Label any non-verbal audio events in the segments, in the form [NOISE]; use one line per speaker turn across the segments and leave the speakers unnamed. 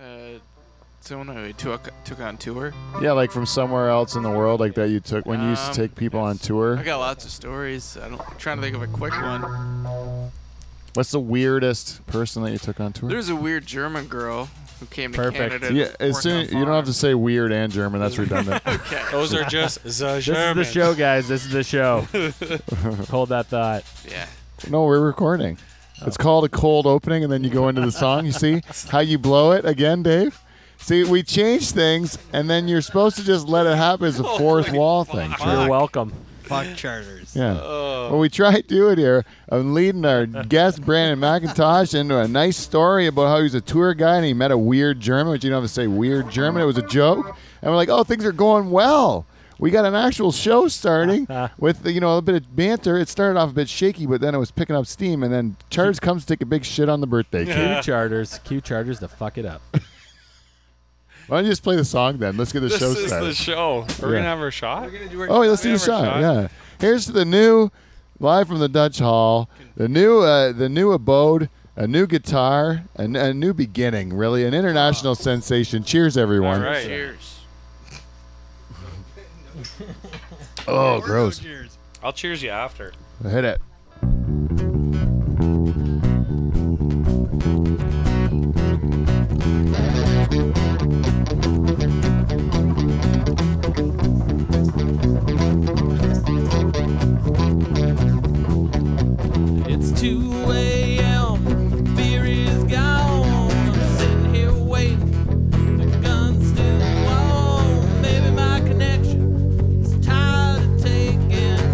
Uh, someone who took took on tour?
Yeah, like from somewhere else in the world, like that you took when you used to
Um,
take people on tour.
I got lots of stories. I don't, I'm trying to think of a quick one.
What's the weirdest person that you took on tour?
There's a weird German girl who came to
Perfect.
Canada. to
yeah, as
work
soon
on
you don't have to say weird and German. That's redundant.
farms. [LAUGHS] Okay.
Those are just the
This is the
Germans.
show, guys. This is the [LAUGHS] show. Hold that thought.
Yeah.
[LAUGHS] no, we're recording. It's called a cold opening, and then you go into the song.
[LAUGHS]
You see how you blow it again, Dave. See, we change things, and then you're supposed to just let it happen as a
Oh,
fourth wall thing.
Fuck.
You're welcome.
Fuck charters.
Yeah.
Uh.
Well, we tried doing here. I'm leading
[LAUGHS]
our guest Brandon McIntosh into a nice story about how he was a tour guide and he met a weird German, which you don't have to say weird German. It was a joke, and we're like, oh, things are going well. We got an actual show
[LAUGHS]
starting
Uh-huh.
with you know a bit of banter. It started off a bit shaky, but then it was picking up steam, and then
[LAUGHS]
Charles comes to take a big shit on the birthday cake.
Q charters. Q charters to fuck it up.
Why don't you just play the song then? Let's get the
This
show
is
started.
the show. We're
Yeah.
gonna have our shot.
Oh, wait, let's do
We
the
have
shot.
our shot.
Yeah. Here's to the new, live from the Dutch Hall, the new, uh, the new abode, a new guitar, a, n- a new beginning. Really, an international sensation. Cheers, everyone.
All right.
Cheers.
Oh, gross.
Cheers.
I'll cheers you after.
Hit it.
It's 2 a.m. Beer is gone. I'm sitting here waiting. The gun's still warm. Maybe my connection is tired of taking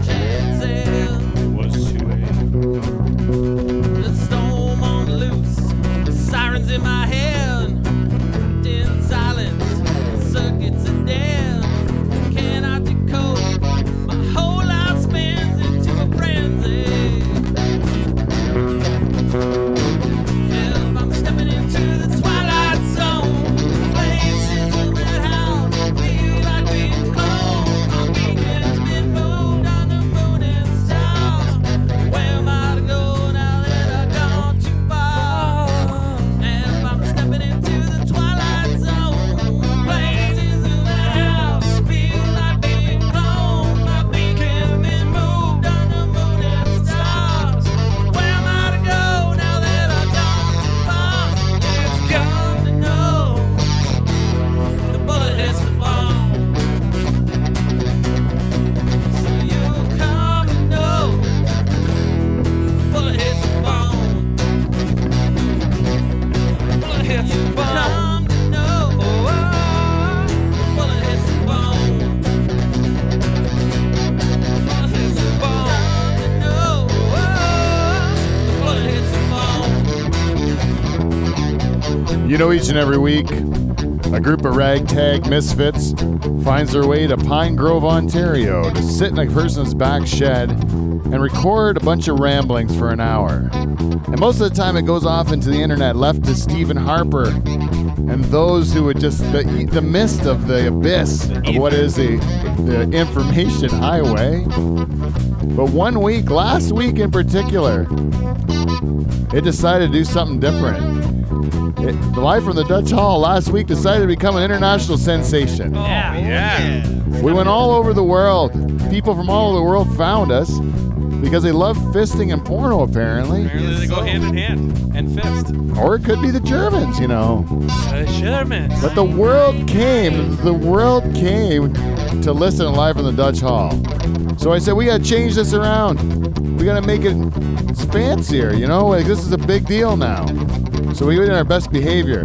chances.
Was too
The storm on loose. Sirens in my head. Trapped in silence. Circuits are dead. Cannot decode. My whole life spins into a frenzy. I'm stepping into the twilight zone. Places will let out. Feel like being cloned. On weekends, mid-moon, on the moon and stars. Where am I to go now that I've gone too far? And I'm stepping into the twilight zone. Places will let out. Feel like being cloned. My weekends, mid-moon, on the moon and stars. Where am I to go now that I've gone too far? It's come to know the bullet hits the bomb. So you come to know the bullet hits the bomb. Bullet hits the bomb. Come to know the bullet hits the bomb. Bullet hits the bomb. Come to know the bullet hits the bomb.
You know, each and every week, a group of ragtag misfits finds their way to Pine Grove, Ontario to sit in a person's back shed and record a bunch of ramblings for an hour. And most of the time, it goes off into the internet, left to Stephen Harper and those who would just, the, the mist of the abyss of what is the, the information highway. But one week, last week in particular, it decided to do something different. It, the live from the Dutch Hall last week decided to become an international sensation.
Oh, Yeah.
We went all over the world. People from all over the world found us because they love fisting and porno, apparently.
Apparently they go hand in hand and fist.
Or it could be the Germans, you know.
The Germans.
But the world came, the world came to listen to live from the Dutch Hall. So I said, we gotta change this around. We gotta make it fancier, you know? Like, this is a big deal now. So we did our best behavior,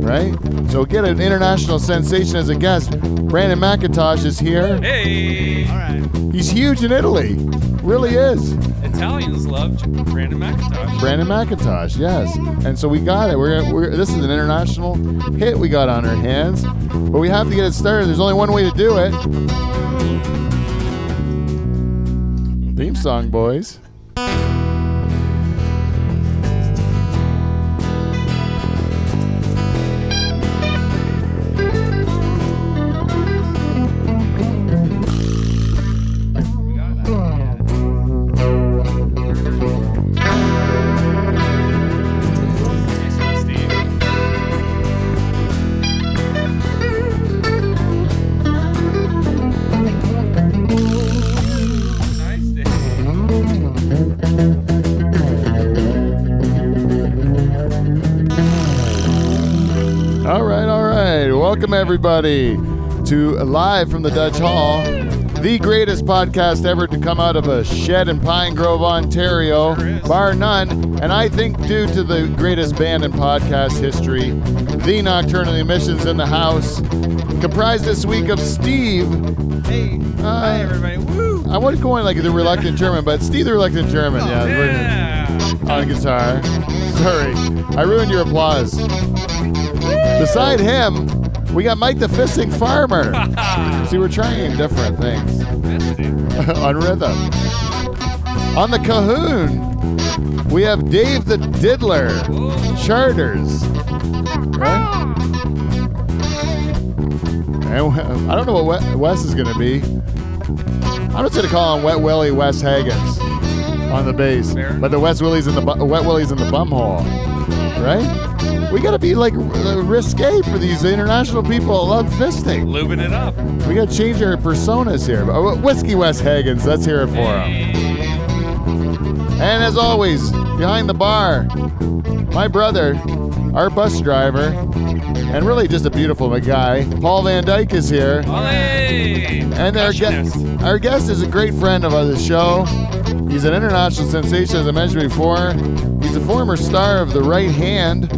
right? So get an international sensation as a guest. Brandon McIntosh is here.
Hey,
All right.
He's huge in Italy. Really is.
Italians love Brandon McIntosh.
Brandon McIntosh, yes. And so we got it. We're, we're this is an international hit we got on our hands, but we have to get it started. There's only one way to do it. Theme song, boys. All right, all right. Welcome, everybody, to Live from the Dutch Hall, the greatest podcast ever to come out of a shed in Pine Grove, Ontario, bar none. And I think, due to the greatest band in podcast history, the Nocturnal Emissions in the house, comprised this week of Steve. Uh,
Hey, hi everybody. Woo!
I want to go on like the reluctant German, but Steve the reluctant German.
Oh,
Yeah, we're-
Yeah.
on guitar. Sorry, I ruined your applause. Beside him, we got Mike the Fisting Farmer. See, we're trying different things [LAUGHS] on rhythm. On the Cahoon, we have Dave the Diddler. Charters. Right? And we- I don't know what Wes- Wes is going to be. I'm just going to call him Wet Willie Wes Haggins on the bass.
Fair.
But the Wes Willie's in the bu- Wet Willie's in the bumhole. Right? We got to be like r- uh, risque for these international people that love fisting.
Lubing it up.
We got to change our personas here. But, uh, Whiskey Wes Haggins, let's hear it for him. And as always, behind the bar, my brother, our bus driver, and really just a beautiful guy, Paul Van Dyke is here.
Ollie!
And our guest,
Percussionist.
our guest is a great friend of the show. He's an international sensation, as I mentioned before. He's a former star of the right hand,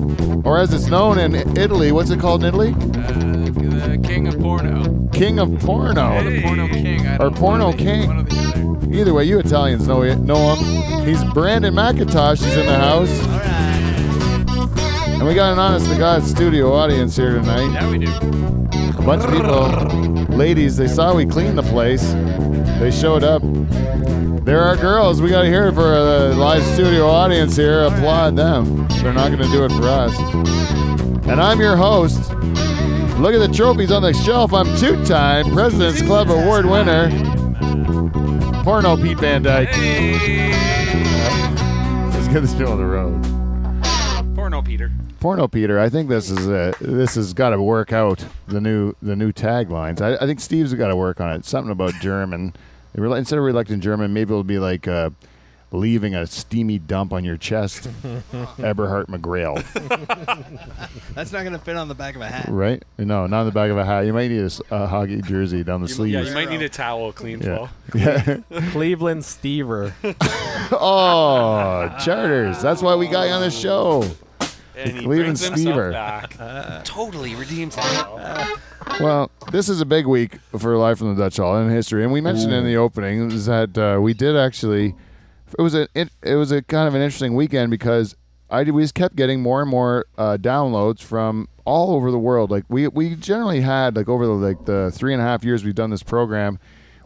or as it's known in Italy, what's it called in Italy?
the king of porno.
King of porno.
The porno king. I
Or
don't-
porno
one of the-
king.
One of the other.
Either way, you Italians know it, know him. He's Brandon McIntosh. He's in the house,
All right.
and we got an honest to god studio audience here tonight.
Now we do.
A bunch of people, ladies, they saw we cleaned the place. They showed up. There are girls. We got to hear it for the live studio audience here. Applaud them. They're not going to do it for us. And I'm your host. Look at the trophies on the shelf. I'm two time President's Club Award winner, Porno Pete Van Dyke.
Hey!
Let's get this show on the road.
Porno Peter.
Porno Peter, I think this is a, this has got to work out the new the new taglines. I, I think Steve's got to work on it. Something about German. Rel- Instead of reluctant German, maybe it'll be like uh, leaving a steamy dump on your
[LAUGHS]
chest, Eberhard McGrail.
That's not gonna fit on the back of a hat.
Right? No, not in the back of a hat. You might need a, s- a hockey jersey down the
Yeah,
sleeves.
you might need a towel clean
Yeah.
yeah.
Cleveland Stever.
[LAUGHS] oh, charters. That's why we got you on the show.
And he
Cleveland
brings himself
Stever.
[LAUGHS] back. totally redeems himself.
Well, this is a big week for Live from the Dutch Hall in history, and we mentioned in the opening is that uh, we did actually. It was a it, it was a kind of an interesting weekend because I did, we just kept getting more and more uh, downloads from all over the world. Like we we generally had like over the like the three and a half years we've done this program,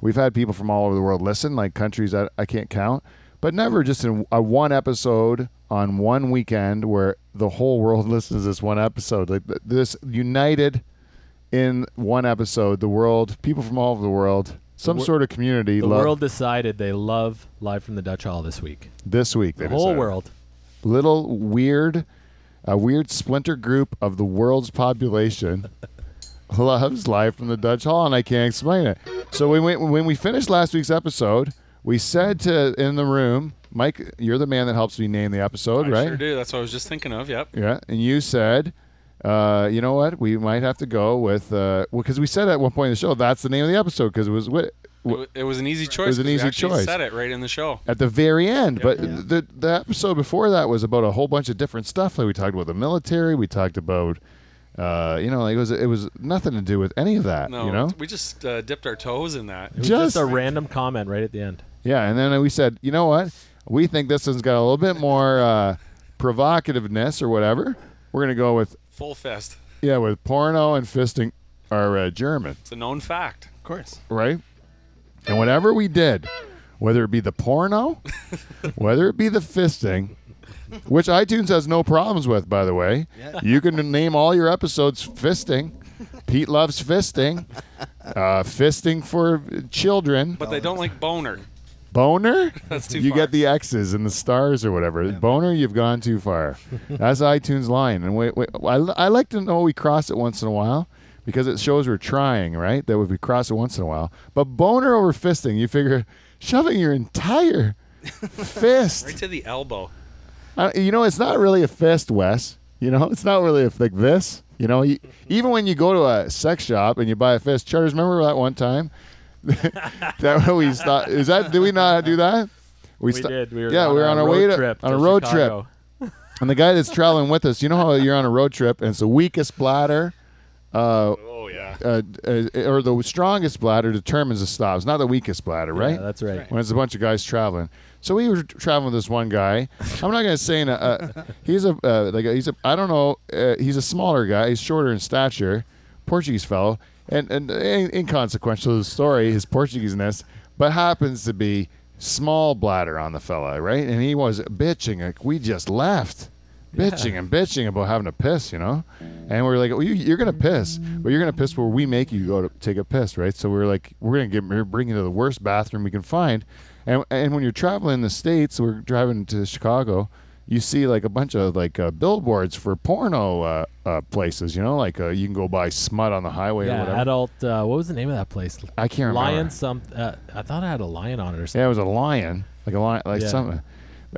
we've had people from all over the world listen, like countries that I can't count, but never just in a one episode on one weekend where the whole world [LAUGHS] listens to this one episode. Like th- this united in one episode the world people from all over the world some
wor-
sort of community
The
love
world decided they love Live from the Dutch Hall this week.
this week they
The whole
decided.
world.
little weird a weird splinter group of the world's population [LAUGHS] loves live from the dutch hall and i can't explain it so when we, when we finished last week's episode we said to in the room mike you're the man that helps me name the episode
I
right
sure do. That's what I was just thinking of. Yep.
Yeah, and you said, uh, you know what? We might have to go with uh, well, because we said at one point in the show that's the name of the episode because it was wi-
It wa- It was an easy choice.
was an
'cause we
easy
actually
choice.
said it right in the show.
at the very end. But the the episode before that was about a whole bunch of different stuff. Like we talked about the military, we talked about, uh, you know, like it was it was nothing to do with any of that.
No,
you know,
we just uh, dipped our toes in that.
It was just,
Just-
a random comment right at the end.
Yeah, and then we said, you know what? We think this one's got a little bit more uh, provocativeness or whatever. We're gonna go with
Full fist.
yeah with porno and fisting are uh, German.
It's a known fact.
Of course.
right? And whatever we did, whether it be the porno, whether it be the fisting, which iTunes has no problems with, by the way,
Yeah.
you can name all your episodes fisting. Pete loves fisting, uh, fisting for children.
But they don't like boner.
Boner?
[LAUGHS] That's too
You
far.
get the X's and the stars or whatever. Boner, you've gone too far. That's iTunes line. And wait, wait, I, I like to know we cross it once in a while because it shows we're trying, right? That we cross it once in a while. But boner over fisting, you figure shoving your entire
Right
fist.
to the elbow.
I, you know, it's not really a fist, Wes. You know, it's not really if like this. You know, you,
Mm-hmm.
even when you go to a sex shop and you buy a fish, charters. Remember that one time [LAUGHS] that we stopped? Is that did we not do that?
we
sto-
did. We were
yeah,
on
we were
a
on our
road
way to
trip
on
to
a road
Chicago.
trip, and the guy that's traveling with us. You know how you're on a road trip and it's the weakest bladder. Uh,
Oh yeah.
uh, uh, or the strongest bladder determines the stops, not the weakest bladder, right?
Yeah, that's right.
when it's a bunch of guys traveling. So we were traveling with this one guy. I'm not gonna say in a, uh, he's a uh, like a, he's a I don't know uh, he's a smaller guy. He's shorter in stature, Portuguese fellow, and and in- inconsequential to the story his Portugueseness, but happens to be small bladder on the fella, right? And he was bitching like we just left. Bitching and bitching about having to piss, you know, and we are like, well, you, "You're gonna piss, but you're gonna piss where we make you go to take a piss, right?" So we are like, "We're gonna get we're bringing you to the worst bathroom we can find," And, and when you're traveling in the states, we're driving to Chicago, you see like a bunch of like uh, billboards for porno uh, uh, places. You know, like uh, you can go buy smut on the highway or
Yeah,
whatever.
adult. Uh, what was the name of that place?
I can't remember.
Lion. Some. Uh, I thought it had a lion on it or something.
Yeah, it was a lion, like a lion, like
Yeah.
something,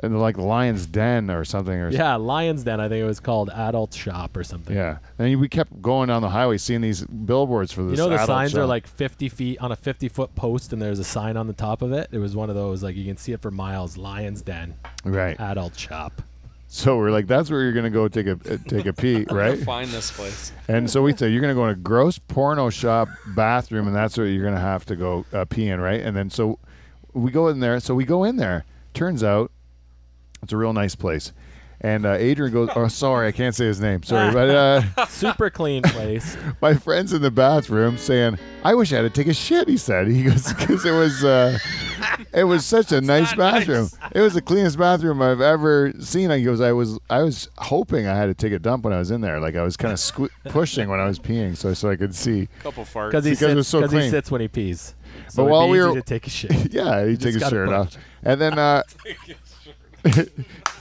and like lion's den or something or
Yeah, Lions Den. I think it was called Adult Shop or something.
yeah. And we kept going down the highway, seeing these billboards for this.
You know the
adult
signs are
shop.
like 50 feet on a 50 foot post, and there's a sign on the top of it. It was one of those like you can see it for miles. Lions Den,
right.
Adult Shop.
So we're like, that's where you're gonna go take a uh, take a pee, right?
Find this place.
And so we said, you're going to go in a gross porno shop bathroom, and that's where you're going to have to go uh, pee in, right? And then so we go in there. So we go in there. Turns out it's a real nice place. And uh, Adrian goes, oh, sorry, I can't say his name. Sorry. But uh,
Super clean place.
my friend's in the bathroom saying, I wish I had to take a shit, he said. He goes, [LAUGHS] because it was. Uh, it
[LAUGHS]
was such a nice bathroom. It was the cleanest bathroom I've ever seen. I goes, I was, I was hoping I had to take a dump when I was in there. Like I was kind of
[LAUGHS]
sque- pushing when I was peeing, so so I could see.
Couple farts.
Because he,
Because it was
sits,
so
'cause he
clean.
sits when he pees. So
But
it'd
while
be
we
easy
were-
to take a shit.
[LAUGHS] Yeah, he take
just
his
gotta
shirt
put-
off, and then
[LAUGHS]
uh,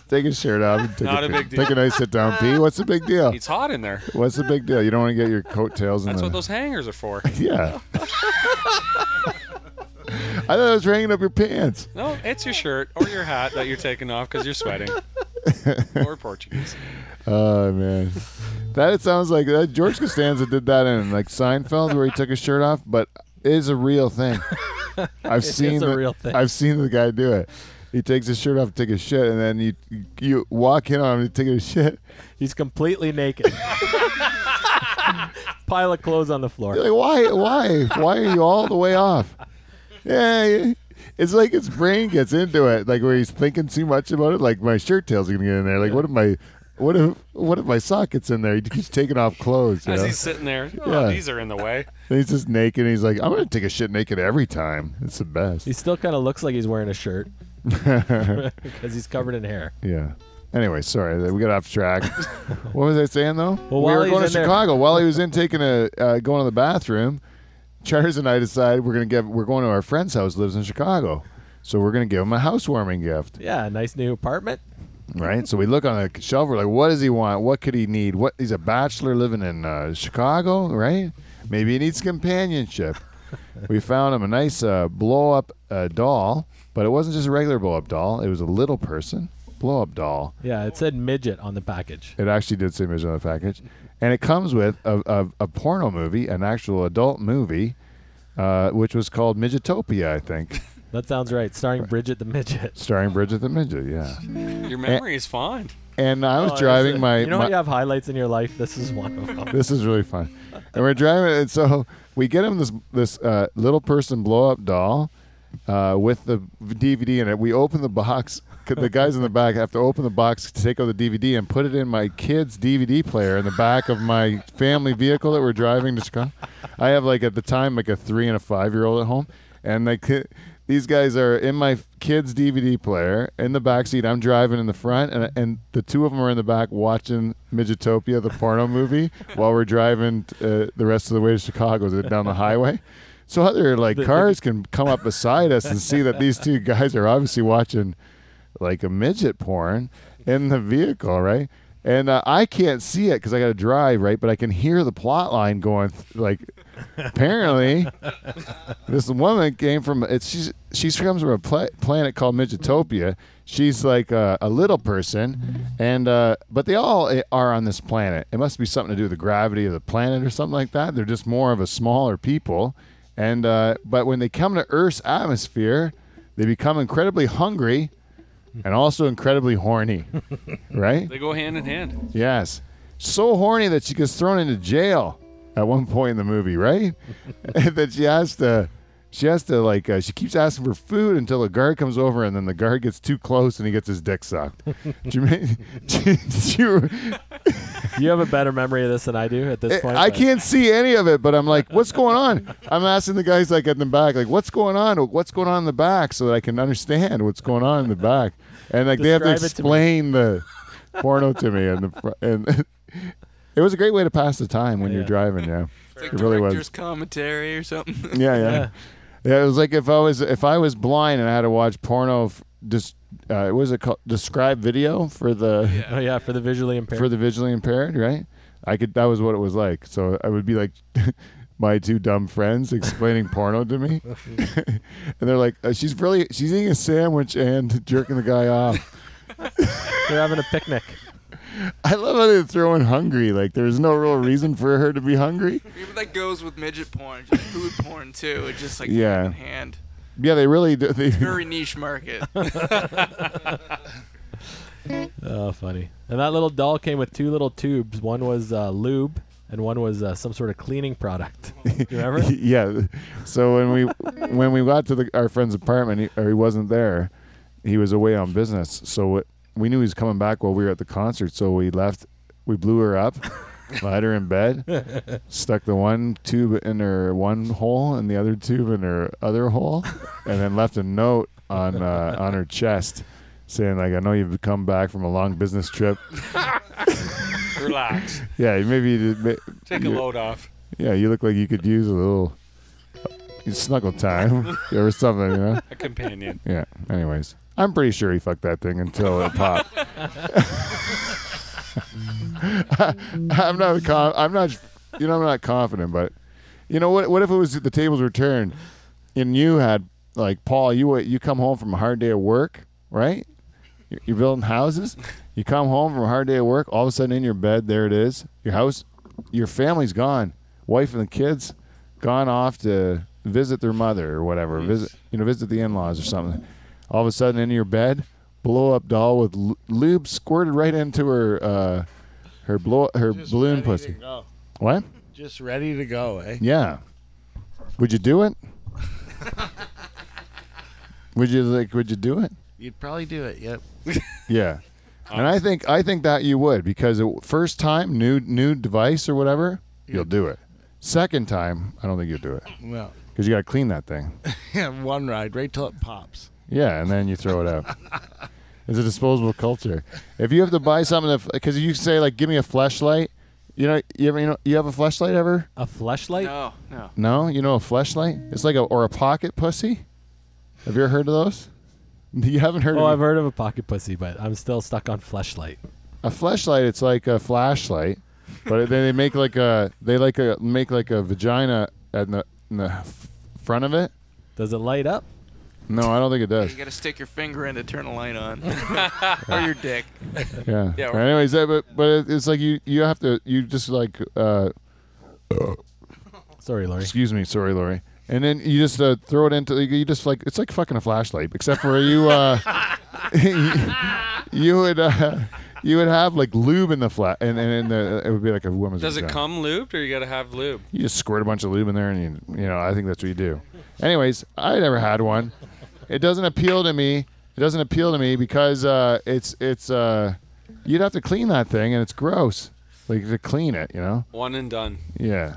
take his shirt off. And take
Not
a,
a big
Take a
deal.
nice sit down pee. What's the big
[LAUGHS]
deal?
it's hot in there.
What's the big deal? You don't want to get your coattails in
That's
the.
what those hangers are for.
yeah. I thought I was hanging up your pants.
No, it's your shirt or your hat that you're taking off because
[LAUGHS]
you're sweating. or Portuguese.
Oh man, that sounds like that. George Costanza did that in like Seinfeld, where he took his shirt off, but it is a real
[LAUGHS]
thing. I've seen
a
the,
real thing.
I've seen the guy do it. He takes his shirt off, take a shit, and then you you walk in on him to take a shit.
He's completely naked. [LAUGHS] Pile of clothes on the floor.
You're like, why, why, why are you all the way off? Yeah, it's like his brain gets into it, like where he's thinking too much about it. Like my shirt tails are gonna get in there. Like what if my, what if, what if my sock gets in there? He keeps taking off clothes. You
As
know?
he's sitting there, oh,
Yeah.
these are in the way.
And he's just naked. And he's like, I'm gonna take a shit naked every time. It's the best.
He still kind of looks like he's wearing
[LAUGHS]
a shirt [LAUGHS] because he's covered in hair.
yeah. Anyway, sorry that we got off
[LAUGHS]
track. what was I saying though?
Well,
we
while
were
he's
going to
in there-
Chicago. While he was in taking a uh, going to the bathroom, Charters and I decide we're gonna give we're going to our friend's house. Lives in Chicago, so we're gonna give him a housewarming gift,
Yeah, nice new apartment.
right? So we look on the shelf. We're like, what does he want? What could he need? What he's a bachelor living in uh, Chicago, right? Maybe he needs companionship. we found him a nice uh, blow up uh, doll, but it wasn't just a regular blow up doll. It was a little person blow up doll.
Yeah, it said midget on the package.
It actually did say image on the package, and it comes with a, a, a porno movie, an actual adult movie, uh, which was called Midgetopia, I think,
That sounds right. Starring Bridget the midget.
starring Bridget the Midget. Yeah, Eh.
Your memory is fine.
and I was
Oh,
driving
that's it.
my.
You know
my-
when you have highlights in your life? This is one of them.
[LAUGHS] this is really fun. And we're driving, and so we get him this this uh, little person blow up doll uh, with the DVD in it. We open the box. The guys in the back have to open the box to take out the DVD and put it in my kid's DVD player in the back of my family vehicle that we're driving to Chicago. I have like at the time like a three and a five year old at home, and like these guys are in my kid's DVD player in the back seat. I'm driving in the front, and and the two of them are in the back watching Midgetopia, the porno movie, while we're driving uh, the rest of the way to Chicago they're down the highway. So other like cars can come up beside us and see that these two guys are obviously watching like a midget porn in the vehicle, right? And uh, I can't see it because I got to drive, right? But I can hear the plot line going. th- Like, apparently, this woman came from. It's she's she comes from a pla- planet called Midgetopia. She's like a, a little person, and uh, but they all i- are on this planet. It must be something to do with the gravity of the planet or something like that. They're just more of a smaller people, and uh, but when they come to Earth's atmosphere, they become incredibly hungry, and also incredibly horny, [LAUGHS] right?
They go hand in hand.
Yes. So horny that she gets thrown into jail at one point in the movie, right? that she has to, she has to like, uh, she keeps asking for food until the guard comes over, and then the guard gets too close and he gets his dick sucked. Do you mean- [LAUGHS] do you-
You have a better memory of this than I do at this point.
Eh, I
but-
can't see any of it, but I'm like, what's going on? I'm asking the guys like in the back, like, what's going on? What's going on in the back, so that I can understand what's going on in the back, and like they have to
Describe it to me.
explain the porno to me, and the fr- and [LAUGHS] it was a great way to pass the time when you're
Yeah.
driving. Yeah,
It's like
it really
director's
was.
commentary or something. [LAUGHS]
Yeah, yeah, yeah,
Yeah.
It was like if I was if I was blind and I had to watch porno. F- dis- uh, what was it called? Describe video for the
Oh yeah, for the visually impaired.
for the visually impaired, right? I could. That was what it was like. So I would be like [LAUGHS] my two dumb friends explaining porno to me, [LAUGHS] and they're like, uh, "She's really she's eating a sandwich and [LAUGHS] jerking the guy off."
They're having a picnic.
I love how they throw in hungry. Like there's no real reason for her to be hungry.
Maybe that goes with midget porn, just food porn too. It's just like
Yeah.
hand in hand.
Yeah, they really do. They,
Very niche market.
[LAUGHS]
Oh, funny. And that little doll came with two little tubes. One was uh, lube, and one was uh, some sort of
[LAUGHS]
cleaning product. Do you remember?
yeah. So when we when we got to the, our friend's apartment, he, or he wasn't there. He was away on business, so it, we knew he was coming back while we were at the concert. So we left. We blew her up, laid her in bed, stuck the one tube in her one hole and the other tube in her other hole, and then left a note on uh, on her chest saying like, "I know you've come back from a long business trip.
Relax.
Yeah, maybe you did, ma-
Take a
you-
load off.
yeah, you look like you could use a little uh, snuggle time or something, you know?
A companion.
Yeah. Anyways, I'm pretty sure he fucked that thing until it popped. [LAUGHS] I'm not. Con- I'm not. You know, I'm not confident. But you know what? What if it was the tables were turned, and you had like Paul? You you come home from a hard day of work, right? You're, you're building houses. You come home from a hard day of work. All of a sudden, in your bed, there it is. Your house, your family's gone. Wife and the kids gone off to visit their mother or whatever. Visit you know visit the in-laws or something. All of a sudden, in your bed, blow up doll with lu- lube squirted right into her uh, her blow her balloon pussy. What?
Just ready to go, eh?
Yeah. Would you do it?
[LAUGHS]
would you like? Would you do it?
You'd probably do it. Yep.
Yeah. And I think I think that you would because it, first time new new device or whatever you'll do it. Second time I don't think you'll do it
Well,
because you got to clean that thing.
[LAUGHS] yeah, one ride right till it pops.
Yeah, and then you throw it out. It's a disposable culture. If you have to buy something, because you say like, give me a flashlight. You know, you ever you know you have a flashlight ever?
A fleshlight?
No, no.
No, you know a flashlight. It's like a or a pocket pussy. Have you ever heard of those? [LAUGHS] You haven't heard
Oh,
of
I've heard of a pocket pussy, but I'm still stuck on fleshlight.
a flashlight. It's like a flashlight, but then they make like a they like a make like a vagina at the in the f- front of it.
Does it light up?
No, I don't think it does.
You gotta stick your finger in to turn the light
[LAUGHS]
on, or your dick.
Yeah.
Yeah,
But
we're-
anyways, uh, but but it- it's like you you have to you just like uh
Sorry, Lori.
excuse me, sorry, Lori. And then you just uh, throw it into you just like it's like fucking a flashlight, except for you uh [LAUGHS] you would uh, you would have like lube in the flat and and in the it would be like a woman's.
Does it
vagina.
come lubed or you got to have lube?
You just squirt a bunch of lube in there, and you, you know, I think that's what you do. Anyways, I never had one. It doesn't appeal to me. It doesn't appeal to me because uh, it's it's uh, you'd have to clean that thing, and it's gross. Like to clean it, you know?
One and done.
Yeah,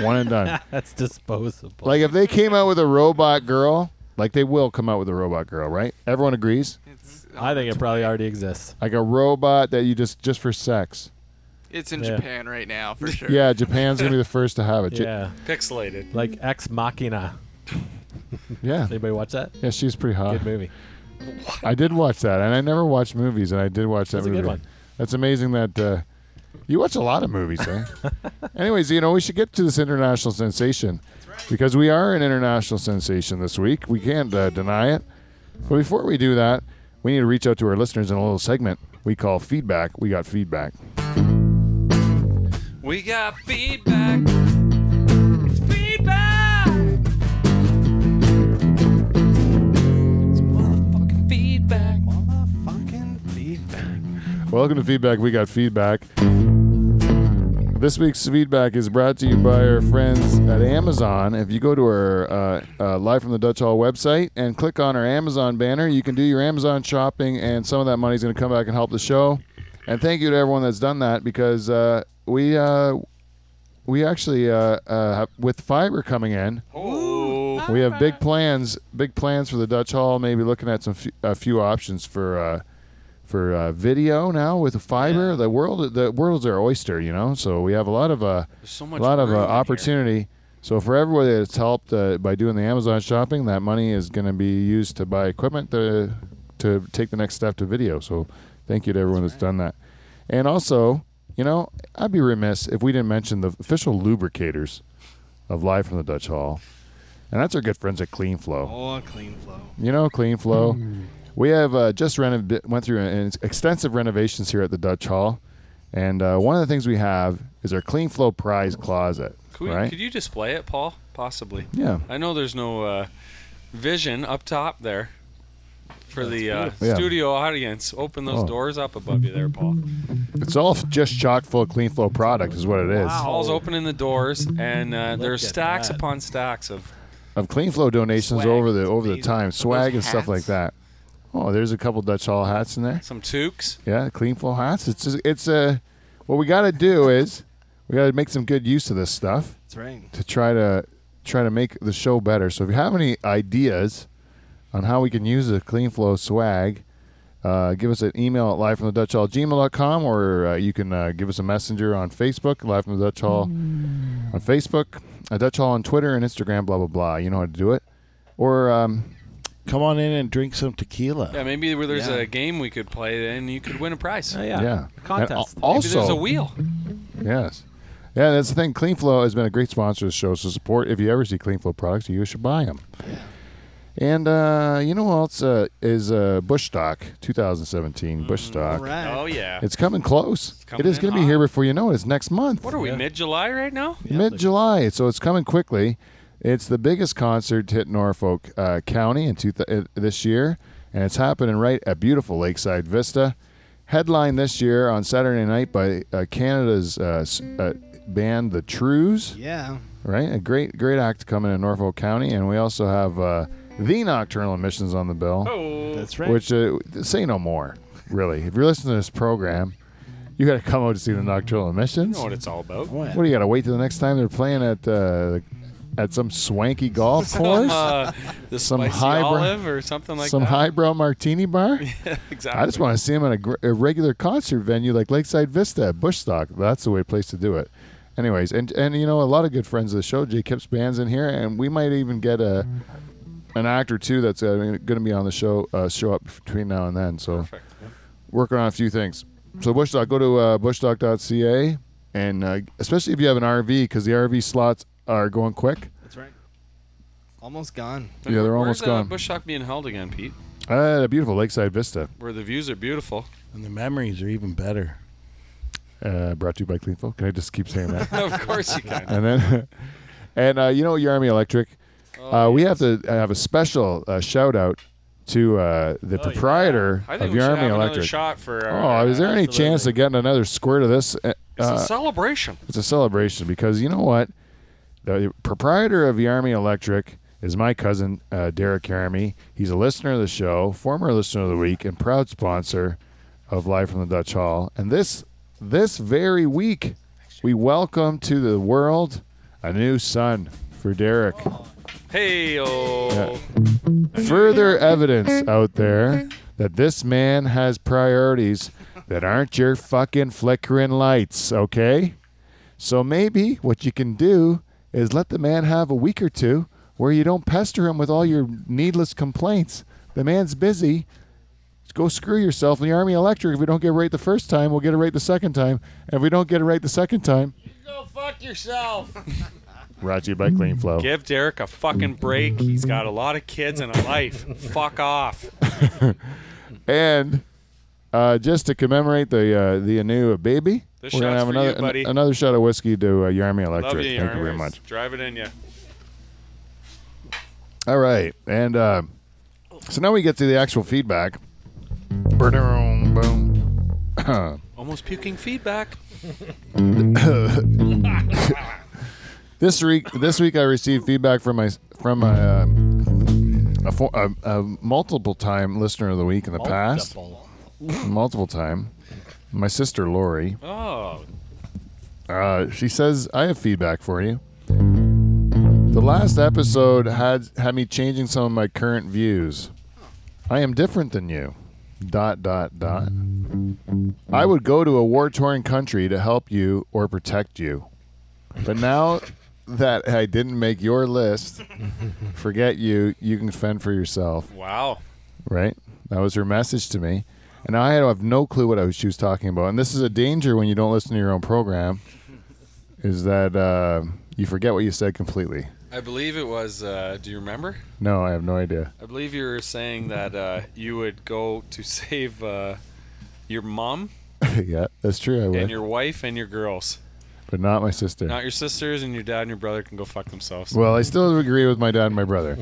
one and done.
[LAUGHS] That's disposable.
Like if they came out with a robot girl, like they will come out with a robot girl, right? Everyone agrees.
It's,
I think it probably already exists.
Like a robot that you just just for sex.
it's in
Yeah.
Japan right now for sure.
[LAUGHS] Yeah, Japan's gonna be the first to have it. Ja-
Yeah,
Pixelated.
like Ex Machina.
yeah,
Anybody watch that?
yeah. She's pretty hot.
Good movie.
I did watch that, and I never watched movies, and I did watch that
That's a
movie.
good one.
That's amazing that uh, you watch a lot of movies,
[LAUGHS]
eh? Anyways, you know, we should get to this international sensation because we are an international sensation this week. We can't uh, deny it. But before we do that, we need to reach out to our listeners in a little segment we call feedback. We got feedback.
We got feedback.
It's feedback. It's motherfucking feedback.
Welcome to Feedback. We got feedback. This week's feedback is brought to you by our friends at Amazon. If you go to our uh, uh, Live from the Dutch Hall website and click on our Amazon banner, you can do your Amazon shopping, and some of that money is going to come back and help the show. And thank you to everyone that's done that because uh, we uh, we actually uh, uh, have- with fiber coming in,
Oh,
we have big plans, big plans for the Dutch Hall. Maybe looking at some f- a few options for uh, for uh, video now with fiber. The world, the world's our oyster, you know. So we have a lot of uh,
there's so
a
much.
lot of uh,
room in here.
opportunity. So for everybody that's helped uh, by doing the Amazon shopping, that money is going to be used to buy equipment to to take the next step to video. So thank you to everyone that's done that. And also, you know, I'd be remiss if we didn't mention the official lubricators of Live from the Dutch Hall, and that's our good friends at Clean Flow.
Oh, clean flow.
You know, clean flow. We have uh, just renov- went through uh, an extensive renovations here at the Dutch Hall, and uh, one of the things we have is our Clean Flow prize closet,
Could, we-
right?
could you display it, Paul? Possibly.
yeah,
I know there's no uh, vision up top there for the uh,
Yeah.
studio audience. Open those
Oh.
doors up above you there, Paul.
it's all just chock full of Clean Flow product, is what it is.
Paul's opening the doors, and uh, there's
at
stacks
that.
upon stacks of.
Of Clean Flow donations
Swag.
over the over the time, swag and
those
stuff like
hats?
that. Oh, there's a couple Dutch Hall hats in there.
Some toques.
Yeah, clean flow hats. It's just, it's uh, what we got to do is we got to make some good use of this stuff.
That's right.
to try to try to make the show better. So if you have any ideas on how we can use the Clean Flow swag, uh, give us an email at live from the Dutch Hall gmail.com or uh, you can uh, give us a messenger on Facebook, live from the Dutch Hall on Facebook, uh, Dutch Hall on Twitter and Instagram, blah blah blah. You know how to do it. Or um,
Come on in and drink some tequila.
Yeah, maybe where there's
Yeah.
a game we could play, and you could win a prize.
Oh,
Maybe
yeah.
yeah,
Contest.
And al- also,
there's a wheel.
Yes. Yeah, that's the thing. Clean Flow has been a great sponsor of the show, so support if you ever see Clean Flow products, you should buy them. And uh, you know what else uh, is uh, Bush Stock 2017 Bush Stock.
All right.
Oh yeah.
It's coming close.
coming
it is
in
going to be
hot.
here before you know it. It's next month,
what are we mid-July right now?
mid July, so it's coming quickly. It's the biggest concert to hit Norfolk uh, County in two uh, this year, and it's happening right at beautiful Lakeside Vista. Headlined this year on Saturday night by uh, Canada's uh, s- uh, band The Trues
Yeah.
right? A great, great act coming in Norfolk County, and we also have uh, the Nocturnal Emissions on the bill,
Oh.
That's right.
which uh, say no more, really. if you're listening to this program, you got to come out to see the Nocturnal
You
Emissions.
know what it's all about.
Oh, yeah.
What do you got to wait till the next time they're playing at uh, at some swanky golf
[LAUGHS]
course,
Uh,
[LAUGHS]
the
Some
spicy
hybrid-
olive or something like
some
that.
highbrow martini
[LAUGHS]
bar?
exactly.
I just want to see them at a, gr- a regular concert venue like Lakeside Vista at Bushstock. That's the way place to do it. Anyways, and and you know a lot of good friends of the show. Jay Kipps band's in here, and we might even get a an act or two that's uh, going to be on the show uh, show up between now and then. So
Perfect.
working on a few things. So Bushstock, go to uh, bushstock.ca, and uh, especially if you have an RV, because the RV slots are going quick.
That's right. Almost gone.
Yeah, they're
Where's
almost
that
gone.
Bush Shock being held again, Pete,
Uh, at a beautiful Lakeside Vista,
where the views are beautiful. [LAUGHS]
And the memories are even better.
uh, brought to you by CleanFlow. Can I just keep saying that? [LAUGHS]
[LAUGHS] of course you can.
and then [LAUGHS] and uh, you know your army electric
Oh,
uh, we have to have a special uh, shout out to uh, the proprietor
Oh, I think
of
we
your
should
army
have another
electric
shot for.
oh
Our, uh,
is there any
Absolutely.
chance of getting another squirt of this uh,
It's
uh,
a celebration.
it's a celebration because you know what the proprietor of the army electric is my cousin uh, derek Army. he's a listener of the show former listener of the week and proud sponsor of live from the dutch hall and this this very week we welcome to the world a new son for derek
Hey, oh,
further evidence out there that this man has priorities that aren't your fucking flickering lights, okay? So maybe what you can do is let the man have a week or two where you don't pester him with all your needless complaints. The man's busy. Go screw yourself in the Army Electric. If we don't get it right the first time, we'll get it right the second time. And if we don't get it right the second time,
Go fuck yourself.
brought to you by Clean Flow.
Give Derek a fucking break. He's got a lot of kids and a life. Fuck off.
And uh, just to commemorate the uh, the Anu baby,
This
we're gonna
shot's
have
for
another
you, buddy.
another shot of whiskey to uh, Yarmy
Love
Electric.
you,
Thank you very
Yarmers.
much.
Drive it in you.
All right, and uh, so now we get to the actual feedback. Boom, boom.
Almost puking feedback.
This week, this week I received feedback from my from my, um, a, for, a, a multiple time listener of the week in the
Multiple.
past, multiple time. My sister Lori,
Oh,
Uh, she says, "I have feedback for you." The last episode had had me changing some of my current views. I am different than you. Dot dot dot. I would go to a war-torn country to help you or protect you, but now that I didn't make your list, forget you. You can fend for yourself
wow.
right? That was her message to me. And I have no clue what I was, she was talking about. And this is a danger when you don't listen to your own program, [LAUGHS] is that uh, you forget what you said completely.
I believe it was. Uh, do you remember?
No, I have no idea. [LAUGHS]
I believe you were saying that uh, you would go to save uh, your mom
yeah, that's true. I would,
and your wife and your girls.
but not my sister.
Not your sisters and your dad and your brother can go fuck themselves.
[LAUGHS] well, I still agree with my dad and my brother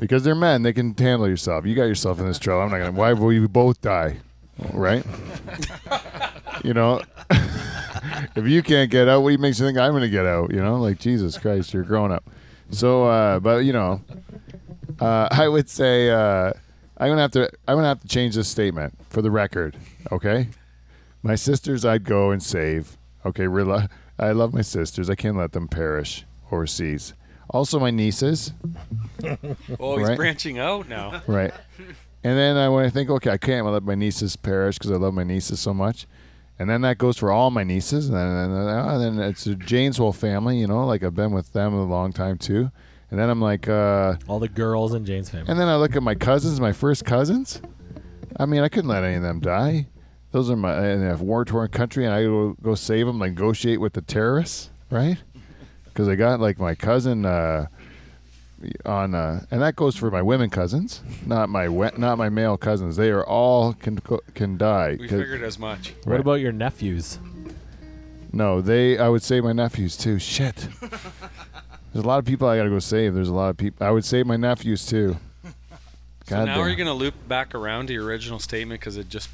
because they're men. They can handle yourself. You got yourself in this trouble. I'm not gonna. Why will you both die? Right? you know, [LAUGHS] if you can't get out, what makes you think I'm gonna get out? You know, like Jesus Christ, you're grown up. So, uh, but you know, uh, [LAUGHS] I would say uh, I'm gonna have to I'm gonna have to change this statement for the record. Okay, my sisters I'd go and save. Okay, rela- I love my sisters. I can't let them perish overseas. Also, my nieces.
Oh, he's
Right.
branching out now.
Right. And then I, when I think, okay, I can't let my nieces perish because I love my nieces so much. And then that goes for all my nieces. And then, and then, and then it's Jane's whole family, you know, like I've been with them a long time too. And then I'm like, uh,
All the girls in Jane's family.
and then I look at my cousins, my first cousins. I mean, I couldn't let any of them die. Those are my in a war torn country, and I go, go save them, negotiate with the terrorists, right? Because I got like my cousin uh, on, uh, and that goes for my women cousins, not my we- not my male cousins. They are all can can die.
We
'Cause-
figured as much.
What about your nephews?
No, they. I would save my nephews too.
[LAUGHS]
Shit. There's a lot of people I gotta go save. There's a lot of people. I would save my nephews too.
So now
damn.
are you going to loop back around to your original statement because it just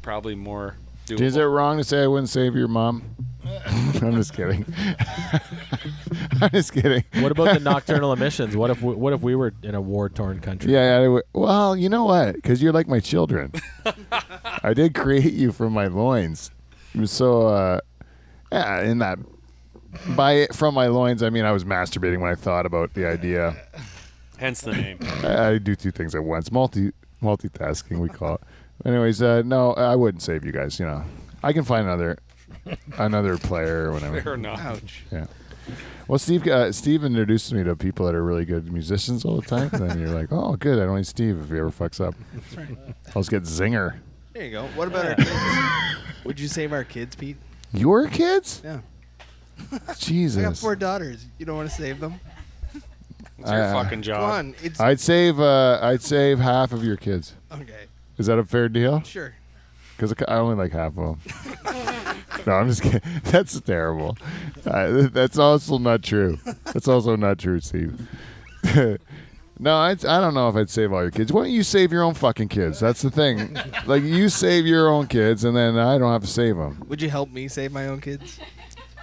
probably more doable.
Is it wrong to say I wouldn't save your
[LAUGHS]
mom? I'm just kidding. [LAUGHS] I'm just kidding.
What about
[LAUGHS]
the [LAUGHS] nocturnal emissions? What if we, what if we were in a war torn country?
Yeah, yeah. I would- Well, you know what? Because you're like my
[LAUGHS]
children. I did create you from my loins. So, uh, yeah, in that, by from my loins, I mean I was masturbating when I thought about the idea.
Hence the [LAUGHS] name.
I I do two things at once. Multi multitasking, we call it. Anyways, uh, no, I wouldn't save you guys. You know, I can find another another player or whatever.
Fair enough.
Ouch.
Yeah. Well, Steve, uh, Steve introduces me to people that are really good musicians all the time. and then you're like, oh, good. I don't need Steve if he ever fucks up. That's
right.
Let's get Zinger.
There you go. What about our kids?
[LAUGHS]
Would you save our kids, Pete?
Your kids?
Yeah. I got
Jesus.
four daughters. You don't want to save them?
It's your
Uh,
fucking
Come
job.
on. It's
I'd save. Uh, I'd save half of your kids.
okay.
Is that a fair deal?
Sure.
Because I only like half of them. [LAUGHS] no, I'm just kidding. [LAUGHS] That's terrible. Uh, that's also not true. That's also not true, Steve. [LAUGHS] no, I, I don't know if I'd save all your kids. Why don't you save your own fucking kids? That's the thing. like, you save your own kids, and then I don't have to save them.
Would you help me save my own kids?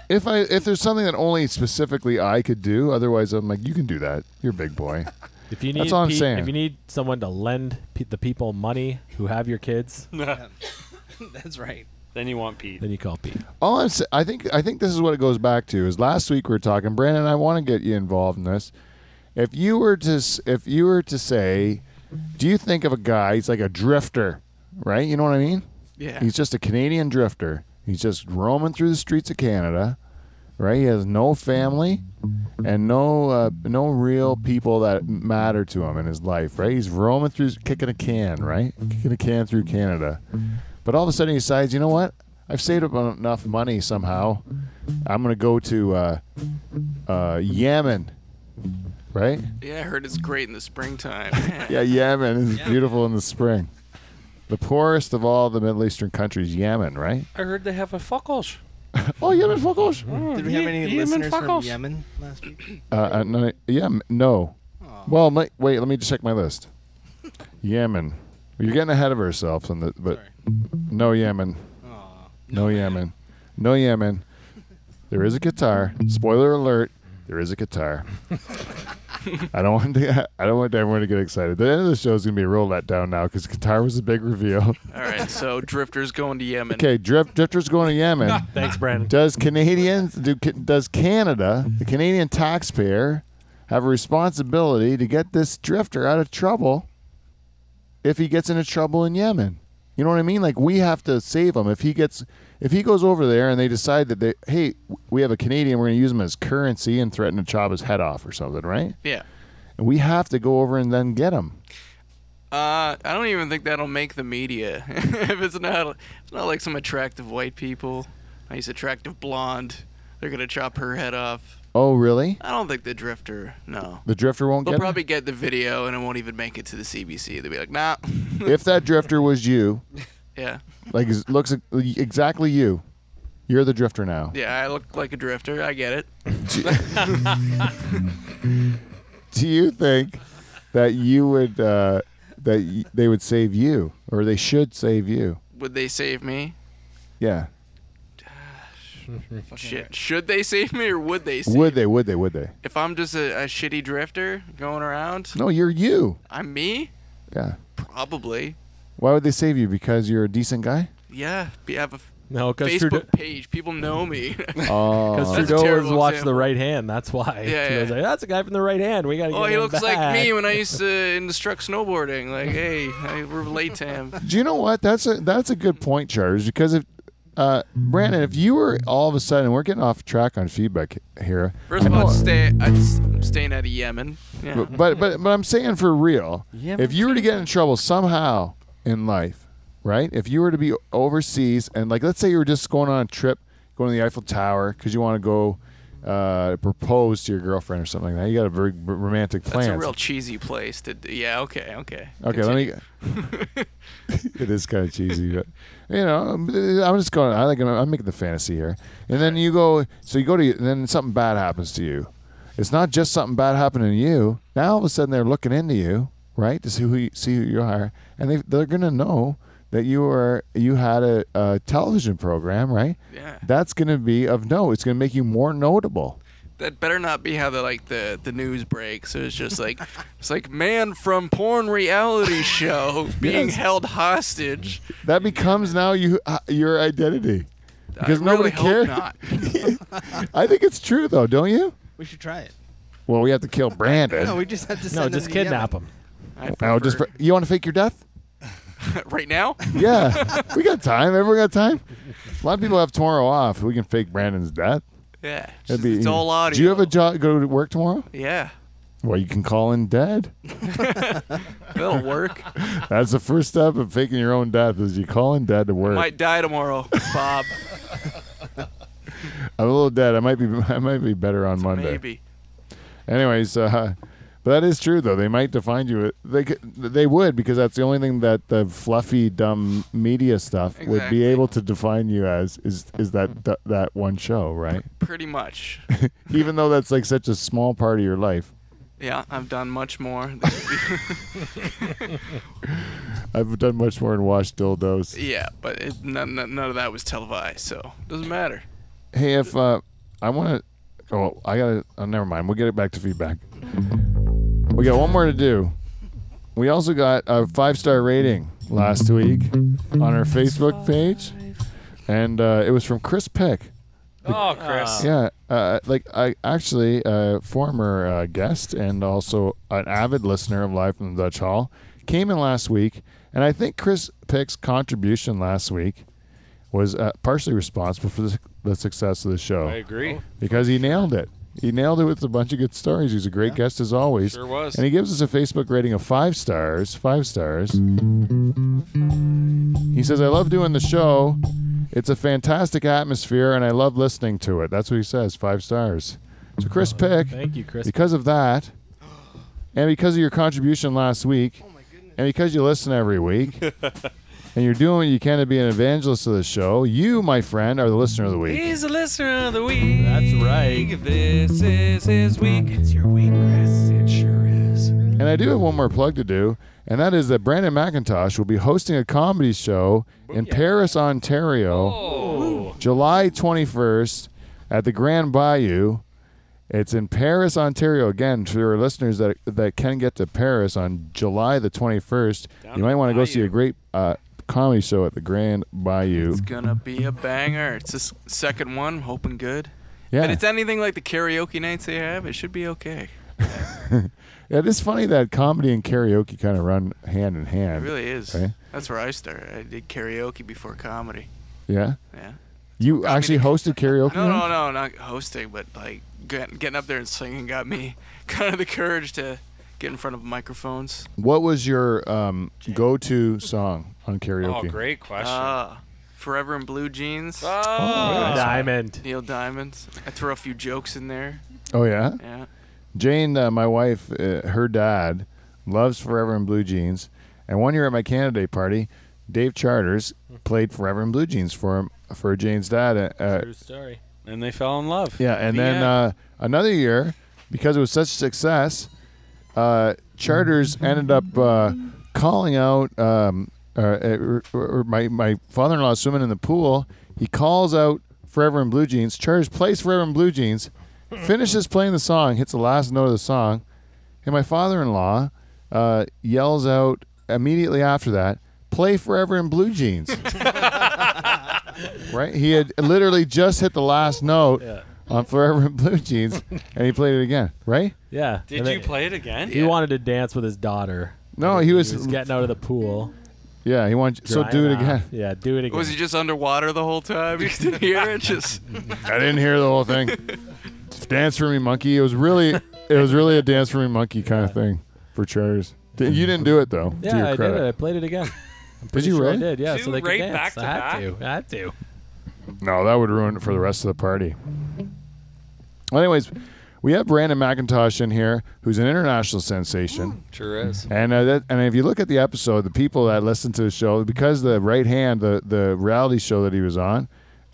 If I if there's something that only specifically I could do, otherwise I'm like, you can do that. You're a big boy.
If you need
That's all I'm
pe-
saying.
if you need someone to lend pe- the people money who have your kids,
That's right.
Then you want Pete.
then you call Pete.
All I'm sa- I think I think this is what it goes back to is last week we were talking. Brandon, I want to get you involved in this. If you were to s- if you were to say, do you think of a guy? He's like a drifter, right? You know what I mean?
Yeah.
He's just a Canadian drifter. He's just roaming through the streets of Canada, right? He has no family, and and no uh, no real people that matter to him in his life, right? He's roaming through, kicking a can, right? Kicking a can through Canada. But all of a sudden he decides, you know what? I've saved up enough money somehow. I'm going to go to uh, uh, Yemen, right?
Yeah, I heard it's great in the springtime.
[LAUGHS] Yeah, Yemen is beautiful in the spring. The poorest of all the Middle Eastern countries, Yemen, right?
I heard they have a fuckles.
[LAUGHS] Oh, Yemen, fuck off.
Hmm,
Did we have any listeners from Yemen last week?
Uh, uh, no, yeah, m- no. Well, mi- wait, let me just check my [LAUGHS] list. Yemen. You're getting ahead of ourselves, on the, but no Yemen. No Yemen. No Yemen. There is a guitar. Spoiler alert: there is a [LAUGHS] guitar. I don't want to, I don't want everyone to get excited. The end of the show is gonna be a real letdown now because guitar was a big reveal.
[LAUGHS] All right, so Drifter's going to Yemen.
okay, Drift, Drifter's going to Yemen.
[LAUGHS] Thanks, Brandon.
Does Canadians do does Canada, the Canadian taxpayer, have a responsibility to get this drifter out of trouble if he gets into trouble in Yemen? You know what I mean? Like we have to save him if he gets if he goes over there and they decide that they hey, we have a Canadian, we're going to use him as currency and threaten to chop his head off or something, right?
Yeah.
And we have to go over and then get him.
Uh, I don't even think that'll make the media. [LAUGHS] if it's not, it's not like some attractive white people, nice attractive blonde. They're gonna chop her head off.
Oh, really?
I don't think the Drifter. No.
The drifter won't
They'll
get
probably get the video and it won't even make it to the CBC. They'll be like, nah.
him? If that drifter was you,
[LAUGHS] yeah.
like is- looks exactly you, you're the drifter now.
Yeah, I look like a Drifter. I get it.
[LAUGHS] do you think that you would uh, that y- they would save you or they should save you?
Would they save me?
Yeah.
Shit. Should they save me or would they save
Would they? Would they? Would they?
If I'm just a, a shitty Drifter going around,
No, you're you.
I'm me?
Yeah.
Probably.
Why would they save you? Because you're a decent guy.
Yeah. be- have a
No, because Trudeau,
Facebook page. People know me.
[LAUGHS]
[LAUGHS]
Oh,
cause
That's a
Trudeau always
terrible
watched
example.
the right hand. That's why.
Yeah,
Trudeau's
yeah.
like, that's a guy from the right hand. We gotta
oh,
get
he
him
looks
back."
like me when I used to instruct snowboarding. Like, hey, I relate to
[LAUGHS]
him.
do you know what? That's a that's a good point, Charters. Because if uh, Brandon, if you were all of a sudden, we're getting off track on feedback here.
First of
I
all,
know-
I'd stay, I'd, s- I'm staying out of Yemen. Yeah.
but, but but but I'm saying for real, if you were to get in trouble somehow in life, right? If you were to be overseas and like let's say you were just going on a trip, going to the Eiffel Tower because you want to go uh, propose to your girlfriend or something like that. You got a very b- romantic plan.
That's a real cheesy place to. d- Yeah, okay, okay.
Okay, let me. it is kind of cheesy, but you know, I'm I'm just going. I like. I'm making the fantasy here, and then you go. So you go to, and then something bad happens to you. It's not just something bad happening to you. Now all of a sudden they're looking into you, right, to see who you, see who you are, and they they're gonna know that you are you had a, a television program, right?
Yeah.
That's gonna be of no. It's gonna make you more notable.
[LAUGHS] That better not be how the like the the news breaks. It was just like it's like man from porn reality
[LAUGHS]
show being held hostage.
That becomes now you uh, your identity. Because
I
nobody
really hope
cares.
Not.
[LAUGHS] I think it's true though, don't you?
We should try
[LAUGHS]
it.
Well, we have
[LAUGHS]
to kill Brandon.
No, we just have to send
No,
them
just
to
kidnap
Yemen.
him.
I
oh, just
prefer-
you want to fake your death?
[LAUGHS] right now.
[LAUGHS] Yeah, we got time. Everyone got time. A lot of people have tomorrow off. We can fake Brandon's death.
[LAUGHS] Yeah, it's,
That'd
just- it's all audio.
Do you have a job? Go to work tomorrow?
Yeah,
Well, you can call
[LAUGHS]
in dead.
[LAUGHS]
that'll
[LAUGHS]
work.
That's the first step of faking your own death is you call in dead to work.
Might die tomorrow, Bob.
[LAUGHS] I'm a little dead. I might be. I might be better on Monday.
Maybe.
Anyways, uh, but that is true though. They might define you. They could, they would because that's the only thing that the fluffy dumb media stuff would be
Exactly.
able to define you as is is that that- that one show, right? [LAUGHS]
Pretty much.
Even though that's like such a small part of your life.
Yeah, I've done much more. [LAUGHS]
I've done much more than wash dildos.
yeah, but it, none, none none of that was televised, so doesn't matter.
Hey, if uh, I want to, oh, I gotta. Oh, never mind. We'll get it back to feedback. We got one more to do. We also got a five star rating last week on our Facebook page, and uh, it was from Chris Peck.
Oh, Chris.
Yeah, uh, like I actually a former uh, guest and also an avid listener of Live from the Dutch Hall came in last week, and I think Chris Pick's contribution last week was uh, partially responsible for the, the success of the show
I agree.
because he nailed it. He nailed it with a bunch of good stories. He's a great guest as always.
Sure was.
And he gives us a Facebook rating of five stars. Five stars. He says, I love doing the show. It's a fantastic atmosphere and I love listening to it. That's what he says. Five stars. So, Chris Pick,
Oh, Thank you, Chris.
because of that, and because of your contribution last
Oh,
week, and because you listen every
[LAUGHS]
week, and you're doing what you can to be an evangelist of the show, you, my friend, are the listener of the week.
He's a listener of the week.
That's right.
This is his week. It's your week, Chris. It sure is.
And I do have one more plug to do, and that is that Brandon McIntosh will be hosting a comedy show in Paris, Ontario,
Oh.
July 21st at the Grand Bayou. It's in Paris, Ontario. Again, for your listeners that that can get to Paris on July the 21st,
Down
you might
the
want to go see a
bayou.
great uh, comedy show at the Grand Bayou.
It's gonna be a banger. It's the s- second one, hoping good.
Yeah,
And it's anything like the karaoke nights they have, it should be okay.
it is funny that comedy and karaoke kind of run hand in
It
hand.
really is.
Right?
That's where I started. I did karaoke before comedy.
Yeah.
Yeah.
You actually hosted karaoke?
No, no,
night?
no, not hosting, but like get- getting up there and singing got me [LAUGHS] kind of the courage to get in front of microphones.
What was your um, go-to song on
Oh,
karaoke?
great question.
Ah, Forever in Blue Jeans,
Ah. Oh,
Oh,
Diamond.
Neil Diamond's. I throw a few jokes in there.
Oh yeah,
Yeah.
Jane, uh, my wife, uh, her dad loves Forever in Blue Jeans, and one year at my Canada Day party, Dave Charters
Mm-hmm.
played Forever in Blue Jeans for him, for Jane's dad. Uh,
True story.
and they fell in love.
yeah, and
The
then
end.
uh, another year because it was such a success, uh,
Mm-hmm.
Charters ended up uh, calling out um, uh, uh, uh, my my father-in-law swimming in the pool. He calls out "Forever in Blue Jeans." Charters plays "Forever in Blue Jeans," finishes playing the song, hits the last note of the song, and my father-in-law uh, yells out immediately after that, "Play "Forever in Blue Jeans." right? He had literally just hit the last note.
Yeah.
On Forever in Blue Jeans, and he played it again, right?
Yeah.
Did
And
you
they-
play it again?
He wanted to dance with his daughter.
No, he was,
getting out of the pool.
yeah. He wanted so
drying
do it
off.
again.
Yeah, do it again.
Was he just underwater the whole time? [LAUGHS] You didn't hear it? Just
I didn't hear the whole thing. dance for me, monkey. It was really, it was really a dance for me, monkey kind of thing for Charters. Did- You didn't do it though. to your
yeah, I did
credit.
it. I played
[LAUGHS]
it again. I'm pretty
you
sure
really?
I did. Yeah,
Two
so they could
right
dance.
back
I had
to
to. I had to.
No, that would ruin it for the rest of the party. Anyways, we have Brandon McIntosh in here, who's an international sensation.
Sure is.
And uh, that, and if you look at the episode, the people that listen to the show, because the right hand, the the reality show that he was on,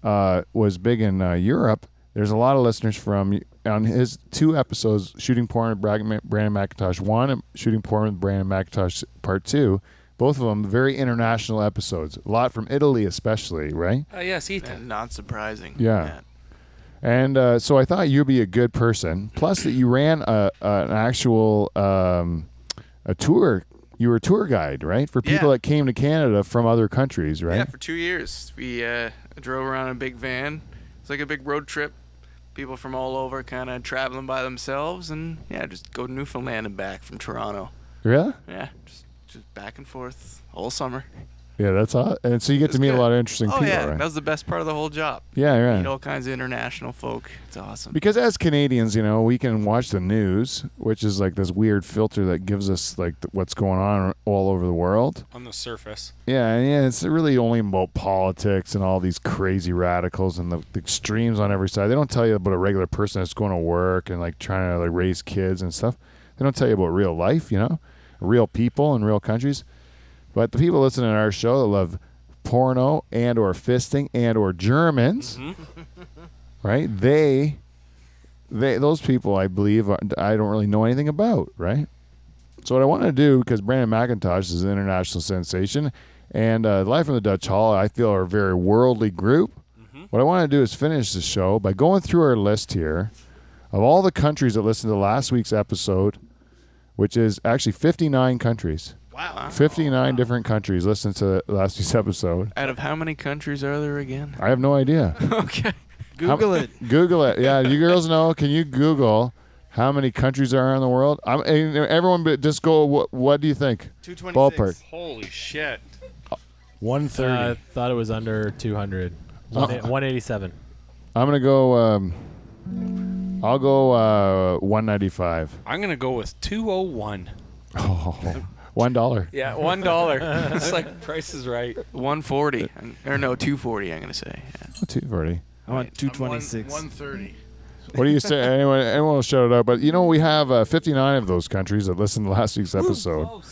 uh, was big in uh, Europe. There's a lot of listeners from on his two episodes, shooting porn with Brag- Brandon McIntosh one, and shooting porn with Brandon McIntosh part two. Both of them very international episodes. A lot from Italy, especially, right?
Uh, yes,
eh,
Ethan.
not surprising.
Yeah. And uh, so I thought you'd be a good person. Plus, that you ran a, a, an actual um, a tour. You were a tour guide, right, for people
Yeah.
that came to Canada from other countries, right?
Yeah, for two years. We uh, drove around in a big van. It's like a big road trip. People from all over kind of traveling by themselves and, yeah, just go to Newfoundland and back from Toronto.
yeah,
Yeah, just, just back and forth all summer.
yeah. That's all. And so you get to
It's
meet a
good.
lot of interesting
Oh,
people,
yeah,
right?
that was the best part of the whole job.
yeah, right.
Meet all kinds of international folk. It's awesome.
because as Canadians, you know, we can watch the news, which is like this weird filter that gives us like th- what's going on all over the world.
On the surface.
Yeah, and yeah, it's really only about politics and all these crazy radicals and the, the extremes on every side. They don't tell you about a regular person that's going to work and like trying to like raise kids and stuff. They don't tell you about real life, you know, real people and real countries. But the people listening to our show that love porno and or fisting and or Germans, right? They, they those people, I believe, are, I don't really know anything about, right? So what I want to do, because Brandon McIntosh is an international sensation, and uh, Life from the Dutch Hall, I feel, are a very worldly group.
Mm-hmm.
What I want to do is finish the show by going through our list here of all the countries that listened to last week's episode, which is actually 59 countries.
Wow.
59 different countries listened to last week's episode.
Out of how many countries are there again?
I have no idea.
okay.
[LAUGHS] Google it.
Google it. Yeah, you girls know. Can you Google how many countries are in the world? I'm, and everyone, but just go. What, what do you think?
226.
Ballpark.
Holy shit.
One
I
thirty.
Uh, thought it was under 200.
Uh-uh.
187.
I'm gonna go. Um, I'll go uh, 195.
I'm gonna go with two oh one.
Oh, one dollar.
Yeah, one
[LAUGHS]
dollar. it's [LAUGHS] like Price is Right.
140 or no 240 i'm gonna say yeah.
Two thirty.
I want 226.
One thirty.
What do you
[LAUGHS]
say? Anyone, anyone will shout it out. But you know, we have uh, 59 of those countries that listened to last week's episode.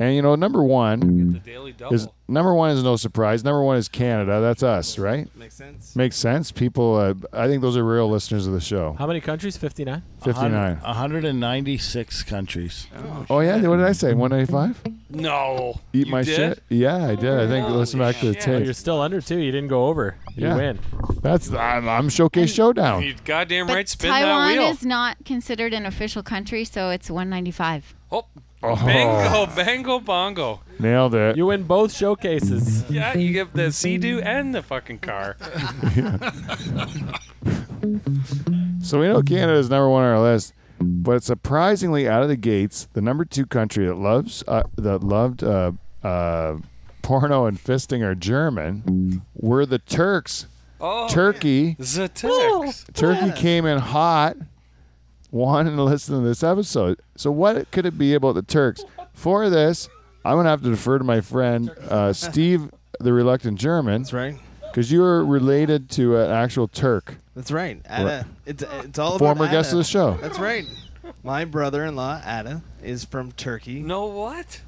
And you know, number one
Oh. The Daily Double.
is number one is no surprise. Number one is Canada. That's us, right?
Makes sense.
Makes sense. People, uh, I think those are real listeners of the show.
How many countries? Oh, 59?
59.
196 countries.
Oh yeah, what did I say? 195.
no.
Eat
you
my
did?
shit. Yeah, I did. I think listen back to the
Oh, you're
tape.
still under two. You didn't go over. You
Yeah.
win.
That's I'm, I'm showcase showdown.
You goddamn
But
right. Spin
Taiwan
that wheel.
is not considered an official country, so it's 195.
oh,
Oh,
bingo, bango, bongo.
nailed it.
You win both showcases.
Yeah, you give the sea-doo and the fucking car.
So we know Canada is number one on our list, but surprisingly, out of the gates, the number two country that loves uh, that loved uh, uh, porno and fisting are German were the Turks.
Oh,
Turkey,
the Turks.
Turkey came in hot, wanting to listen to this episode. So what could it be about the Turks? For this, I'm gonna have to defer to my friend uh, Steve, the reluctant German,
That's right.
because you are related to an actual Turk,
That's right. Ada. It's it's all about
former guest of
Ada.
the show.
That's right. My brother-in-law Ada is from Turkey.
No what?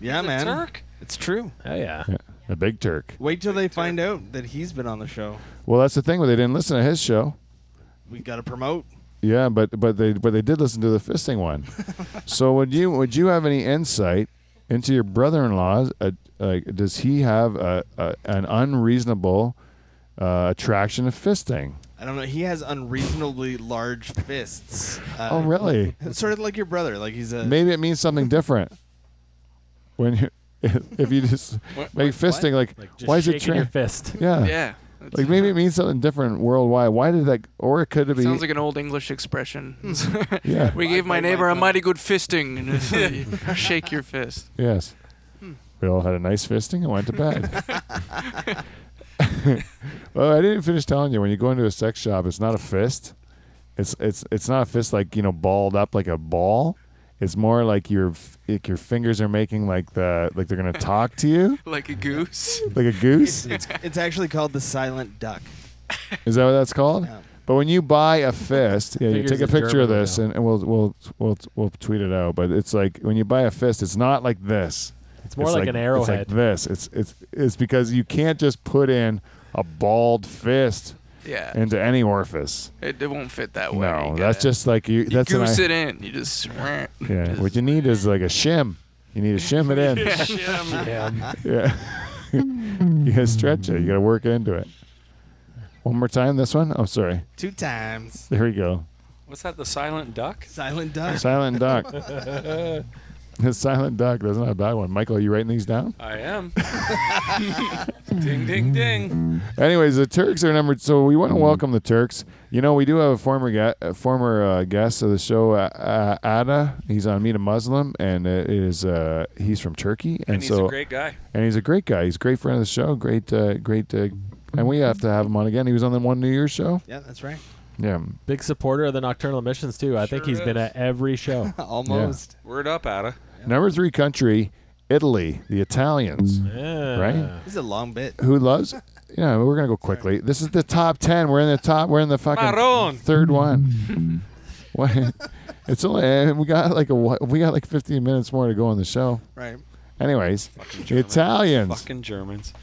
yeah,
The
man.
Turk?
It's true.
Oh, yeah.
A big Turk.
Wait till they find out that he's been on the show.
Well, that's the thing. where They didn't listen to his show.
We got to promote.
Yeah, but but they but they did listen to the
[LAUGHS]
fisting one. so would you would you have any insight into your brother-in-law's? Uh, uh, does he have a, a, an unreasonable uh, attraction to fisting?
I don't know. He has unreasonably large fists. Uh,
Oh, really?
It's sort of like your brother. Like he's a
Maybe it means something different. When you [LAUGHS] if you just make fisting like,
Just
why is it
shaking your
tra-
fist?
yeah.
yeah that's-
Like maybe it means something different worldwide. Why did that? Or it could
[LAUGHS]
be
Sounds like an old English expression.
Hmm.
[LAUGHS]
yeah.
we gave my neighbor a mighty good fisting. And it's like,
[LAUGHS]
you shake your fist.
Yes. We all had a nice fisting and went to bed. [LAUGHS] well, I didn't finish telling you. When you go into a sex shop, it's not a fist. It's it's it's not a fist like you know balled up like a ball. It's more like your f- like your fingers are making like the like they're gonna talk to you
Like a
[LAUGHS]
goose.
like a
[LAUGHS]
goose.
it's, it's actually called the silent duck.
Is that what that's called?
Yeah.
But when you buy a
[LAUGHS]
fist, yeah, you
Figures
take a
of
picture of
Germany
this,
now.
and, and we'll we'll we'll we'll tweet it out. But it's like when you buy a fist, it's not like this.
It's more like, an
It's
arrowhead.
like this. It's it's it's because you can't just put in a bald fist
Yeah.
into any orifice.
it, it won't fit that way.
No,
You
that's
gotta-
just like you.
You
that's
goose
an,
it in. You just.
Yeah, what you need is like a shim. You need to shim it in. [LAUGHS] [LAUGHS] yeah. you gotta stretch it. You gotta work into it. One more time. This one. Oh, sorry.
Two times.
There we go.
What's that? The silent duck?
Silent duck.
Silent duck. The [LAUGHS] silent duck. That's not a bad one. Michael, are you writing these down?
I
[LAUGHS]
am. ding ding ding.
Anyways, the Turks are numbered. So we want to welcome the Turks. You know, we do have a former gu- a former uh, guest of the show, uh, uh, Ada. He's on Meet a Muslim, and it is uh, he's from Turkey, and,
And he's
so
a great guy.
and he's a great guy. He's a great friend of the show. Great, uh, great. Uh, and we have to have him on again. He was on the one New Year's show.
Yeah, that's right. [LAUGHS]
Yeah,
Big supporter of the Nocturnal Emissions, too. I think
Sure
he's been
is.
at every show.
Almost.
Word up, Ada.
number three country, Italy, the Italians.
Yeah.
Right?
This is a long bit.
who loves yeah we're gonna go quickly this is the top 10 we're in the top we're in the fucking
Marron.
third one [LAUGHS] What? it's only and we got like a wh- we got like 15 minutes more to go on the show
Right.
anyways the italians
Fucking Germans.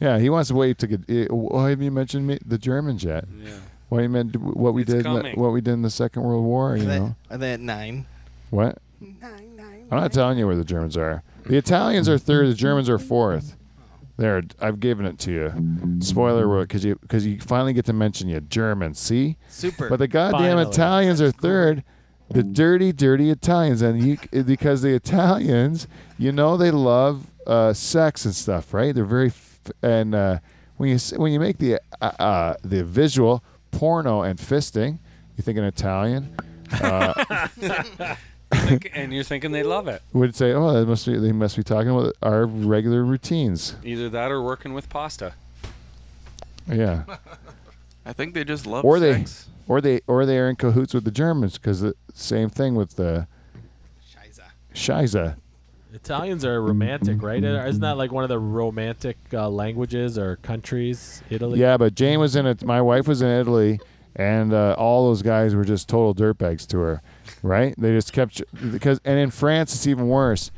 yeah he wants to wait to get eh, why have you mentioned me, the germans yet
Yeah.
why you meant what we
Mm-hmm. It's
did in the,
coming.
what we did in the second world war you
Are they,
know
are they at nine?
what i'm not telling you where the germans are the italians are third the germans are fourth there, I've given it to you. Spoiler alert, because you because you finally get to mention you Germans. See,
Super.
But the goddamn
Finally.
Italians are third. The dirty, dirty Italians, and you because the Italians, you know, they love uh, sex and stuff, right? They're very f- and uh, when you s- when you make the uh, uh, the visual porno and fisting, you think an Italian
Think- and you're thinking they love it.
would say, oh, they must be they must be talking about our regular routines.
Either that or working with pasta.
Yeah,
I think they just love
Or they-
sex.
or they or they are in cahoots with the Germans because the same thing with the Shiza.
Italians are romantic, right? Isn't that like one of the romantic uh, languages or countries? Italy.
Yeah, but Jane was in it. My wife was in Italy, and uh, all those guys were just total dirtbags to her, right? They just kept because and in France it's even worse.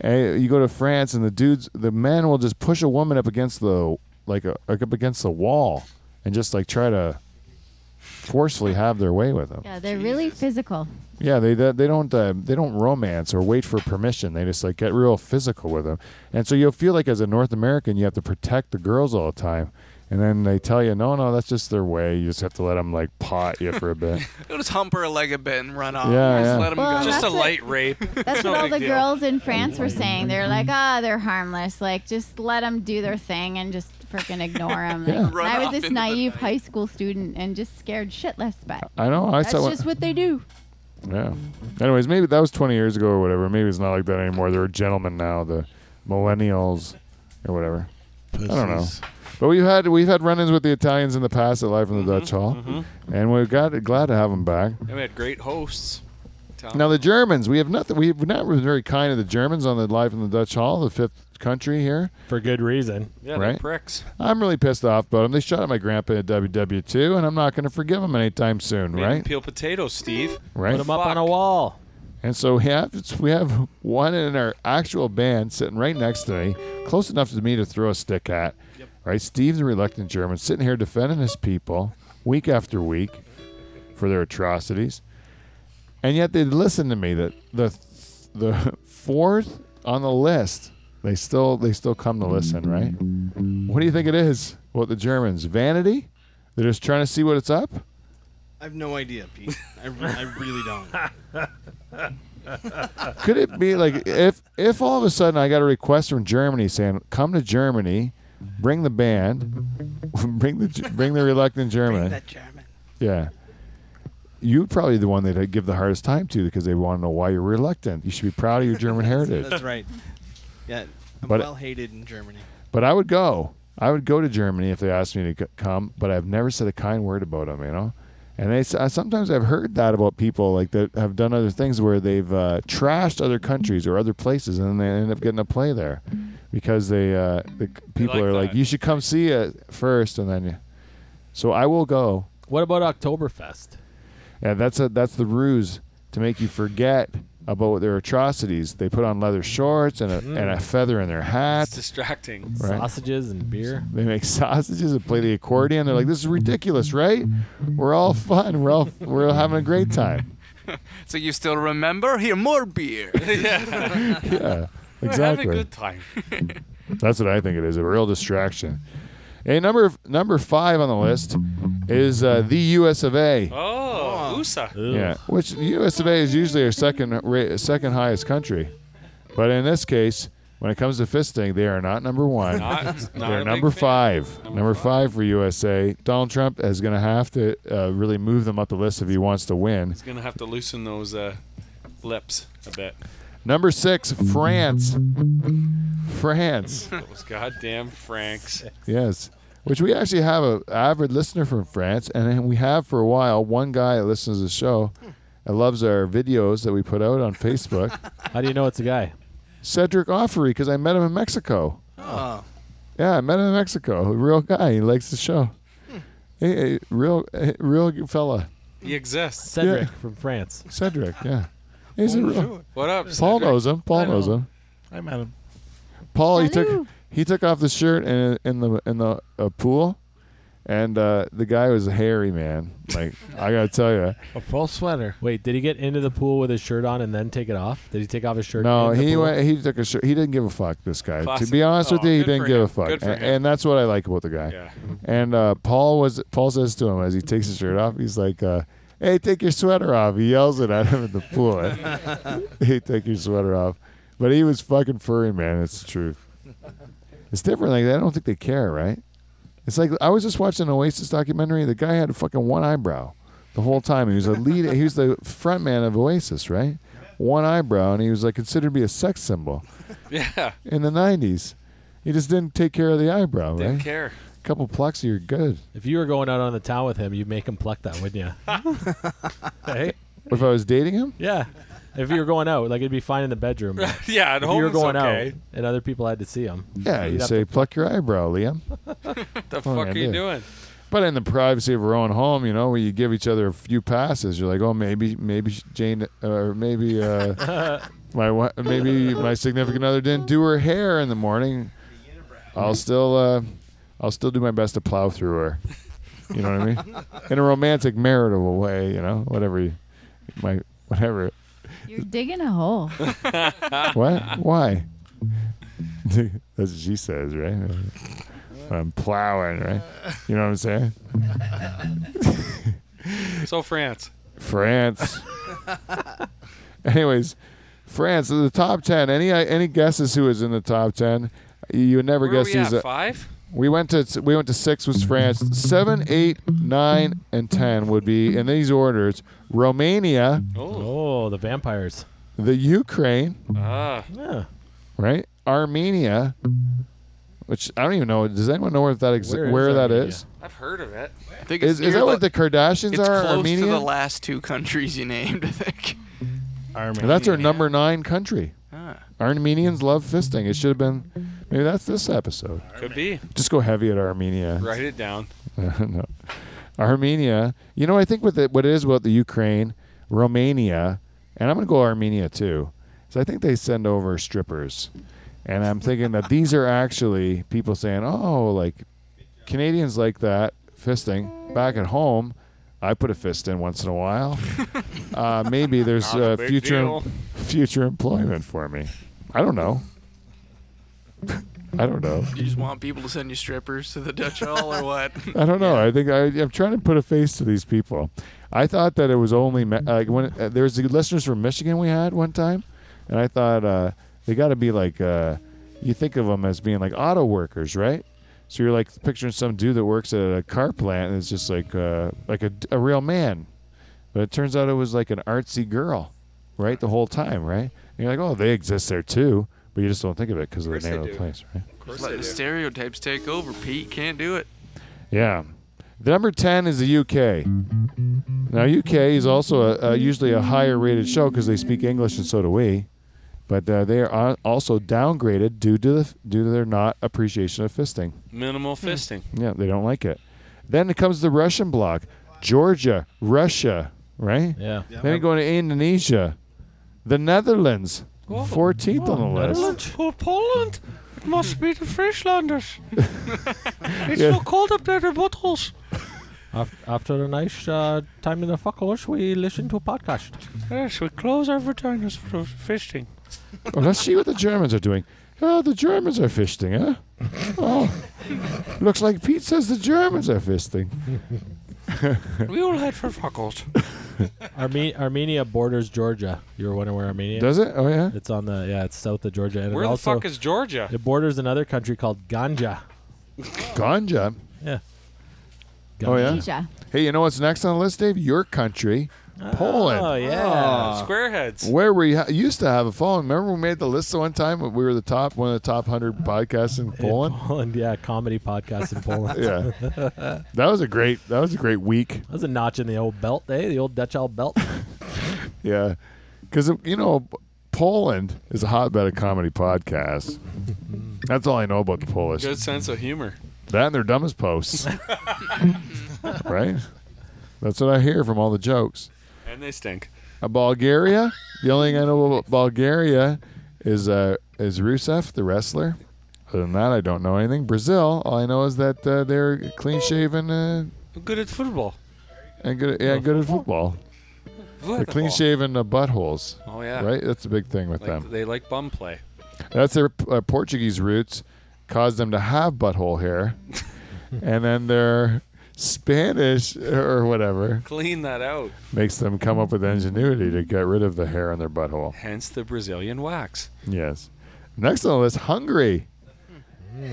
Eh, you go to France and the dudes, the men will just push a woman up against the like, a, like up against the wall and just like try to forcefully have their way with them.
Yeah, they're really physical.
Yeah, they they they don't uh, they don't romance or wait for permission. They just like get real physical with them, and so you'll feel like as a North American, you have to protect the girls all the time, and then they tell you, no, no, that's just their way. You just have to let them like pot you for a
[LAUGHS]
bit.
They'll just hump her a leg a bit and run off.
Yeah,
just
yeah.
let 'em
Well,
go.
Just
that's
a
what-
[LAUGHS]
light rape.
That's
No
what all
big
the
deal.
girls in France were saying. They're like, ah, they're harmless. Like, just let them do their thing and just freaking ignore them.
Yeah.
Like, and
Run
I
off
was
into
this
the
naive
night.
high school student and just scared shitless, but
I know. I
that's
saw.
just what they do.
one, yeah. Anyways, maybe that was 20 years ago or whatever. Maybe it's not like that anymore. They're gentlemen now, the millennials or whatever.
Pussies.
don't know. But we've had we've had run-ins with the Italians in the past at Live from
Mm-hmm,
the Dutch Hall, and we're got glad to have them back.
And we had great hosts. Tom.
Now the Germans, we have nothing. We've not been very kind to the Germans on the live in the Dutch Hall, the fifth country here.
For good reason.
yeah, they're
right?
pricks.
I'm really pissed off about them. They shot at my grandpa at WW2, and I'm not going to forgive them anytime soon,
Made 'em
right?
Peel potatoes, Steve.
Put
Right.
them up on a
Fuck.
wall.
And so we have we have one in our actual band sitting right next to me, close enough to me to throw a stick at. Right. Steve's a reluctant German sitting here defending his people week after week for their atrocities, and yet they listen to me. That the the fourth on the list, they still they still come to listen. Right. What do you think it is? What the Germans vanity? They're just trying to see what it's up.
I have no idea, Pete. I, re- I really don't.
could it be like if if all of a sudden I got a request from Germany saying come to Germany, bring the band, [LAUGHS] bring the bring the reluctant German,
That German.
yeah. You're probably the one they'd give the hardest time to because they want to know why you're reluctant. You should be proud of your German heritage.
That's right. Yeah, I'm
But-
well hated in Germany.
But I would go. I would go to Germany if they asked me to c- come. But I've never said a kind word about them, you know. And they s- I, sometimes I've heard that about people like that have done other things where they've uh, trashed other countries or other places, and then they end up getting a play there because they uh, the c- people
like
are like,
that.
you should come see it first, and then. You. So I will go.
What about Oktoberfest?
Yeah, that's a that's the ruse to make you forget about their atrocities. They put on leather shorts and a, and a
Mm.
feather in their hat.
It's distracting. [LAUGHS]
Right.
Sausages
[LAUGHS]
and beer.
They make sausages and play the accordion. They're like, "This is ridiculous, right? We're all fun. We're all we're all having a great
[LAUGHS]
time."
So you still remember? Here, more
[LAUGHS]
beer.
Yeah,
Have a
exactly.
good time.
That's what I think it is. A real distraction. And number number five on the list is uh, the U.S. of A.
Oh, USA.
Yeah, which the U.S. of A. is usually our second ra- second highest country, but in this case, when it comes to fisting, they are not number one.
[LAUGHS] Not, not a
They're
big
number
fan.
five. Number,
Number
five for USA. Donald Trump is going to have to uh, really move them up the list if he wants to win.
He's gonna have to loosen those uh, lips a bit.
Number six, France. France. [LAUGHS]
Those goddamn Franks.
yes. Which we actually have a avid listener from France, and then we have for a while one guy that listens to the show and loves our videos that we put out on
[LAUGHS]
Facebook,
How do you know it's a guy?
Cedric Offery, because I met him in Mexico.
Oh,
Yeah, I met him in Mexico. A real guy. He likes the show.
Hmm.
Hey, hey, real, hey, real fella.
He exists.
Cedric from France.
Cedric, yeah. He's a real,
What up?
Paul
Cedric?
knows him. Paul
I know.
knows him.
I met him.
Paul, he Oh, took
Hello.
he took off the shirt in in the in the uh, pool, and uh, the guy was a hairy man. Like I gotta
[LAUGHS]
tell you,
A full sweater.
Wait, did he get into the pool with his shirt on and then take it off? Did he take off his shirt?
no,
in the
he
pool?
went. He took a shirt. He didn't give a fuck. This guy. To be
Classic.
honest with
Aw,
you, he
good
didn't
for
give a
him.
fuck.
Good for
A- and,
him.
that's what I like about the guy.
Yeah.
And uh, Paul was Paul says to him as he takes his shirt off, he's like. Uh, Hey, take your sweater off. He yells it at him in the pool. [LAUGHS] hey, take your sweater off. But he was fucking furry, man. It's the truth. It's different. Like I don't think they care, right? It's like I was just watching an Oasis documentary. The guy had a fucking one eyebrow the whole time. He was a lead. he was the front man of Oasis, right? One eyebrow, and he was like considered to be a sex symbol
Yeah.
in the '90s. He just didn't take care of the eyebrow,
Didn't
right?
care.
couple plucks, you're good.
If you were going out on the town with him, you'd make him pluck that, wouldn't you?
[LAUGHS]
hey?
What if I was dating him?
Yeah. If you were going out, like it'd be fine in the bedroom. but
yeah, [LAUGHS] at
If
home
you were
it's
going
okay.
out and other people had to see him.
Yeah,
you'd
you
have
say pluck your eyebrow, Liam.
The
Oh,
fuck
yeah,
are you
dude.
doing?
But in the privacy of our own home, you know, where you give each other a few passes, you're like, oh, maybe, maybe Jane, or maybe uh,
[LAUGHS]
my wa- maybe my significant other didn't do her hair in the morning. I'll still, uh, I'll still do my best to plow through her. [LAUGHS] You know what I
Oh.
[LAUGHS]
mean? In
[LAUGHS]
a romantic, marital way, you know, whatever, you, my whatever.
You're digging a hole.
[LAUGHS]
What? Why? [LAUGHS] That's what she says, right? I'm plowing, right? You know what I'm saying?
So France.
[LAUGHS] France. [LAUGHS] Anyways, France is the top ten. Any uh, any guesses who is in the top ten? You would never
Where are
guess
we
who's.
at?
a-
Five?
we went to we went to six was France. Seven, eight, nine, and ten would be in these orders: Romania,
Oh.
Oh, the vampires.
the Ukraine,
Ah.
Yeah.
right? Armenia, which I don't even know. Does anyone know where that exi-
Where
where,
is
that
Armenia?
is?
I've heard of it.
I think
Is,
it's
is
near
that what the Kardashians
It's
are?
close
Armenia.
to the last two countries you named, I [LAUGHS] think.
Army.
And that's our number nine country.
Ah.
Armenians love fisting. It should have been maybe that's this episode.
Could be.
Just go heavy at Armenia.
Write it down.
[LAUGHS] no. Armenia. You know, I think with the, what it is about the Ukraine, Romania, and I'm going to go Armenia too. So I think they send over strippers. And I'm thinking that these are actually people saying, "Oh, like Canadians like that fisting back at home." I put a fist in once in a
[LAUGHS]
while. uh, maybe there's
Not a
uh,
big
future
deal.
future employment for me. I don't know. [LAUGHS] I don't know.
You just want people to send you strippers to the Dutch Hall or what?
[LAUGHS] I don't know. I think I, I'm trying to put a face to these people. I thought that it was only me- like when uh, there was the listeners from Michigan we had one time, and I thought uh, they got to be like uh, you think of them as being like auto workers, right? So you're like picturing some dude that works at a car plant and it's just like uh, like a, a real man, but it turns out it was like an artsy girl, right? The whole time, right? And you're like, oh, they exist there too, but you just don't think of it because of the
course
name
they
of the
do.
place, right?
Of course
Letting stereotypes take over, Pete. Can't do it.
Yeah. The number 10 is the UK. Now, UK is also a, a, usually a higher rated show because they speak English and so do we. But uh, they are on- also downgraded due to, the, due to their not appreciation of fisting.
Minimal
Hmm.
fisting.
Yeah, they don't like it. Then it comes the Russian bloc Georgia, Russia, right?
Yeah.
Then you go to Indonesia, the Netherlands, 14th on the list.
Oh, Poland. It must be
[LAUGHS]
the Frieslanders. it's
Yeah. so
cold up there, the bottles.
Af- After a nice uh, time in the fuckers, we listen to a podcast.
Yes, we close our vaginas
[LAUGHS]
for fisting.
Oh, let's see what the Germans are doing. Oh, the Germans are fisting, huh? Oh, looks like Pete says the Germans are fisting.
We all head for fuckles.
Arme- Armenia borders Georgia. You were wondering where Armenia is?
Does it? Oh, yeah.
It's on the, yeah, it's south of Georgia. And it
Where the
also,
fuck is Georgia?
It borders another country called Ganja.
Ganja.
Yeah.
Oh, yeah?
Asia.
Hey, you know what's next on the list, Dave? Your country,
Oh,
Poland.
yeah.
Oh.
Squareheads.
Where we ha- used to have a following. Remember, we made the list the one time. when We were the top, one of the top hundred podcasts in
In
Poland.
Poland, yeah. Comedy podcast in
[LAUGHS]
Poland.
Yeah, that was a great. That was a great week.
That was a notch in the old belt, eh? The old Dutch
[LAUGHS]
old belt. [LAUGHS]
Yeah, because you know, Poland is a hotbed of comedy podcasts. That's all I know about the Polish.
Good sense of humor.
That and their dumbest posts. right? That's what I hear from all the jokes.
And they stink.
Uh, Bulgaria, the only thing I know about Bulgaria is uh, is Rusev, the wrestler. Other than that, I don't know anything. Brazil, all I know is that uh, they're clean shaven uh,
Good at football.
and good,
Oh.
yeah, good at football. They're clean shaven uh, buttholes,
Oh yeah.
right? That's a big thing with
Like,
them.
They like bum play.
That's their uh, Portuguese roots, caused them to have butthole
[LAUGHS]
hair, and then their Spanish or whatever
Clean that out.
makes them come up with ingenuity to get rid of the hair on their butthole.
Hence the Brazilian wax.
Yes. Next on the list, Hungary.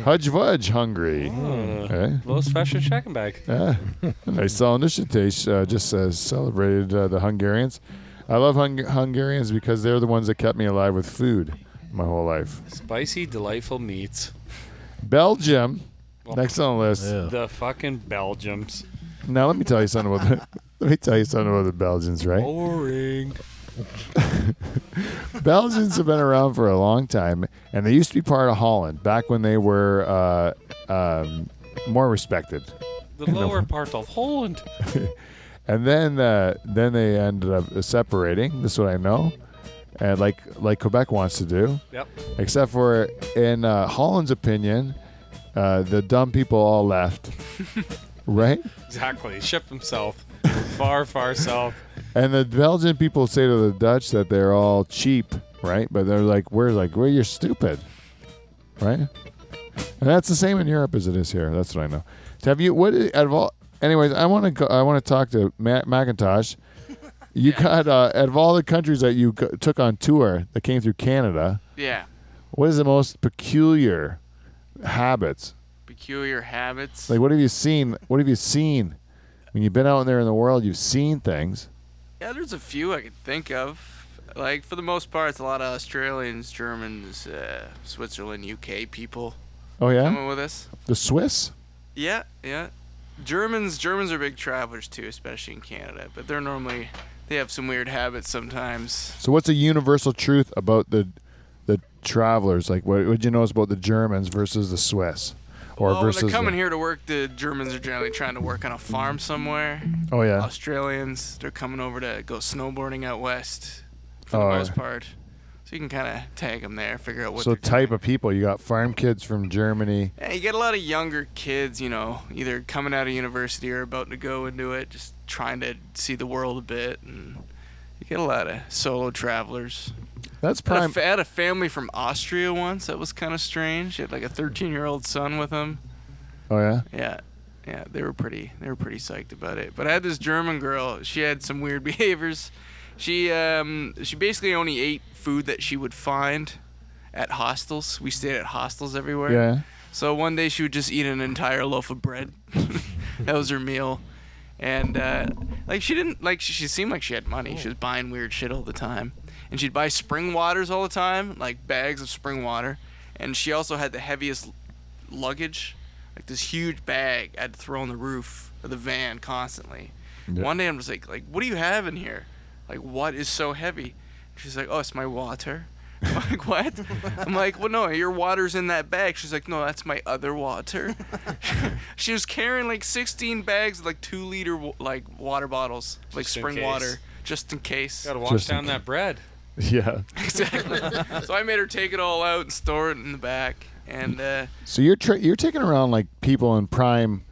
Hudge Vudge, Hungary.
Oh.
Okay.
Uh, Los Fashion Shack Bag.
Yeah. Eh? nice solidity. Uh, just uh, celebrated uh, the Hungarians. I love Hung- Hungarians because they're the ones that kept me alive with food my whole life.
Spicy, delightful meats.
Belgium. Next on the list.
Ew.
The fucking Belgiums.
Now let me tell you something about the [LAUGHS] let me tell you something about the Belgians,
Oh,
right?
Boring.
Belgians have been around for a long time, and they used to be part of Holland back when they were uh, um, more respected.
The lower part of Holland.
And then uh, then they ended up separating. This is what I know, and like like Quebec wants to do,
Yep.
except for in uh, Holland's opinion, uh, the dumb people all left, right?
Exactly. Ship himself far, far south.
And the Belgian people say to the Dutch that they're all cheap, right? But they're like, we're like, well, you're stupid, right? And that's the same in Europe as it is here. That's what I know. So have you? What out of all? Anyways, I want to go. I want to talk to Ma- Macintosh. You got uh, out of all the countries that you co- took on tour that came through Canada.
Yeah.
What is the most peculiar habits?
Peculiar habits.
Like, what have you seen? What have you seen when you've been out there in the world? You've seen things.
yeah, there's a few I could think of. Like for the most part, it's a lot of Australians, Germans, uh, Switzerland, UK people
Oh yeah,
coming with us.
the Swiss.
Yeah, yeah. Germans, Germans are big travelers too, especially in Canada. But they're normally they have some weird habits sometimes.
So what's a universal truth about the the travelers? Like what would you notice about the Germans versus the Swiss? Or
well, when
versus
Oh, they're coming
the-
here to work, the Germans are generally trying to work on a farm somewhere.
Oh yeah.
Australians, they're coming over to go snowboarding out west for
Oh,
the most
yeah.
part. So you can kind of tag them there, figure out what.
So
they're
type
doing.
of people, you got farm kids from Germany.
Yeah, you get a lot of younger kids, you know, either coming out of university or about to go into it, just trying to see the world a bit, and you get a lot of solo travelers.
That's
I had, a
prime
fa- had a family from Austria once. That was kind of strange. He had like a 13-year-old son with him.
Oh yeah.
Yeah, yeah, they were pretty. They were pretty psyched about it. But I had this German girl. She had some weird [LAUGHS] behaviors. She um she basically only ate food that she would find at hostels. We stayed at hostels everywhere.
Yeah.
So one day she would just eat an entire loaf of bread. [LAUGHS] that was her meal. And uh, like she didn't like she, she seemed like she had money. She was buying weird shit all the time. And she'd buy spring waters all the time, like bags of spring water. And she also had the heaviest luggage, like this huge bag I'd throw on the roof of the van constantly. One day I'm just like, like, what do you have in here? Like, what is so heavy? She's like, oh, it's my water. [LAUGHS] I'm like, what? I'm like, well, no, your water's in that bag. She's like, no, that's my other water. [LAUGHS] she was carrying like 16 bags of like two liter wa- like water bottles, like
Just in
spring
case.
water, just in case. [LAUGHS]
Gotta wash
Just in
down that bread.
Yeah. [LAUGHS]
exactly. so I made her take it all out and store it in the back. And uh,
So you're tra- you're taking around like people in prime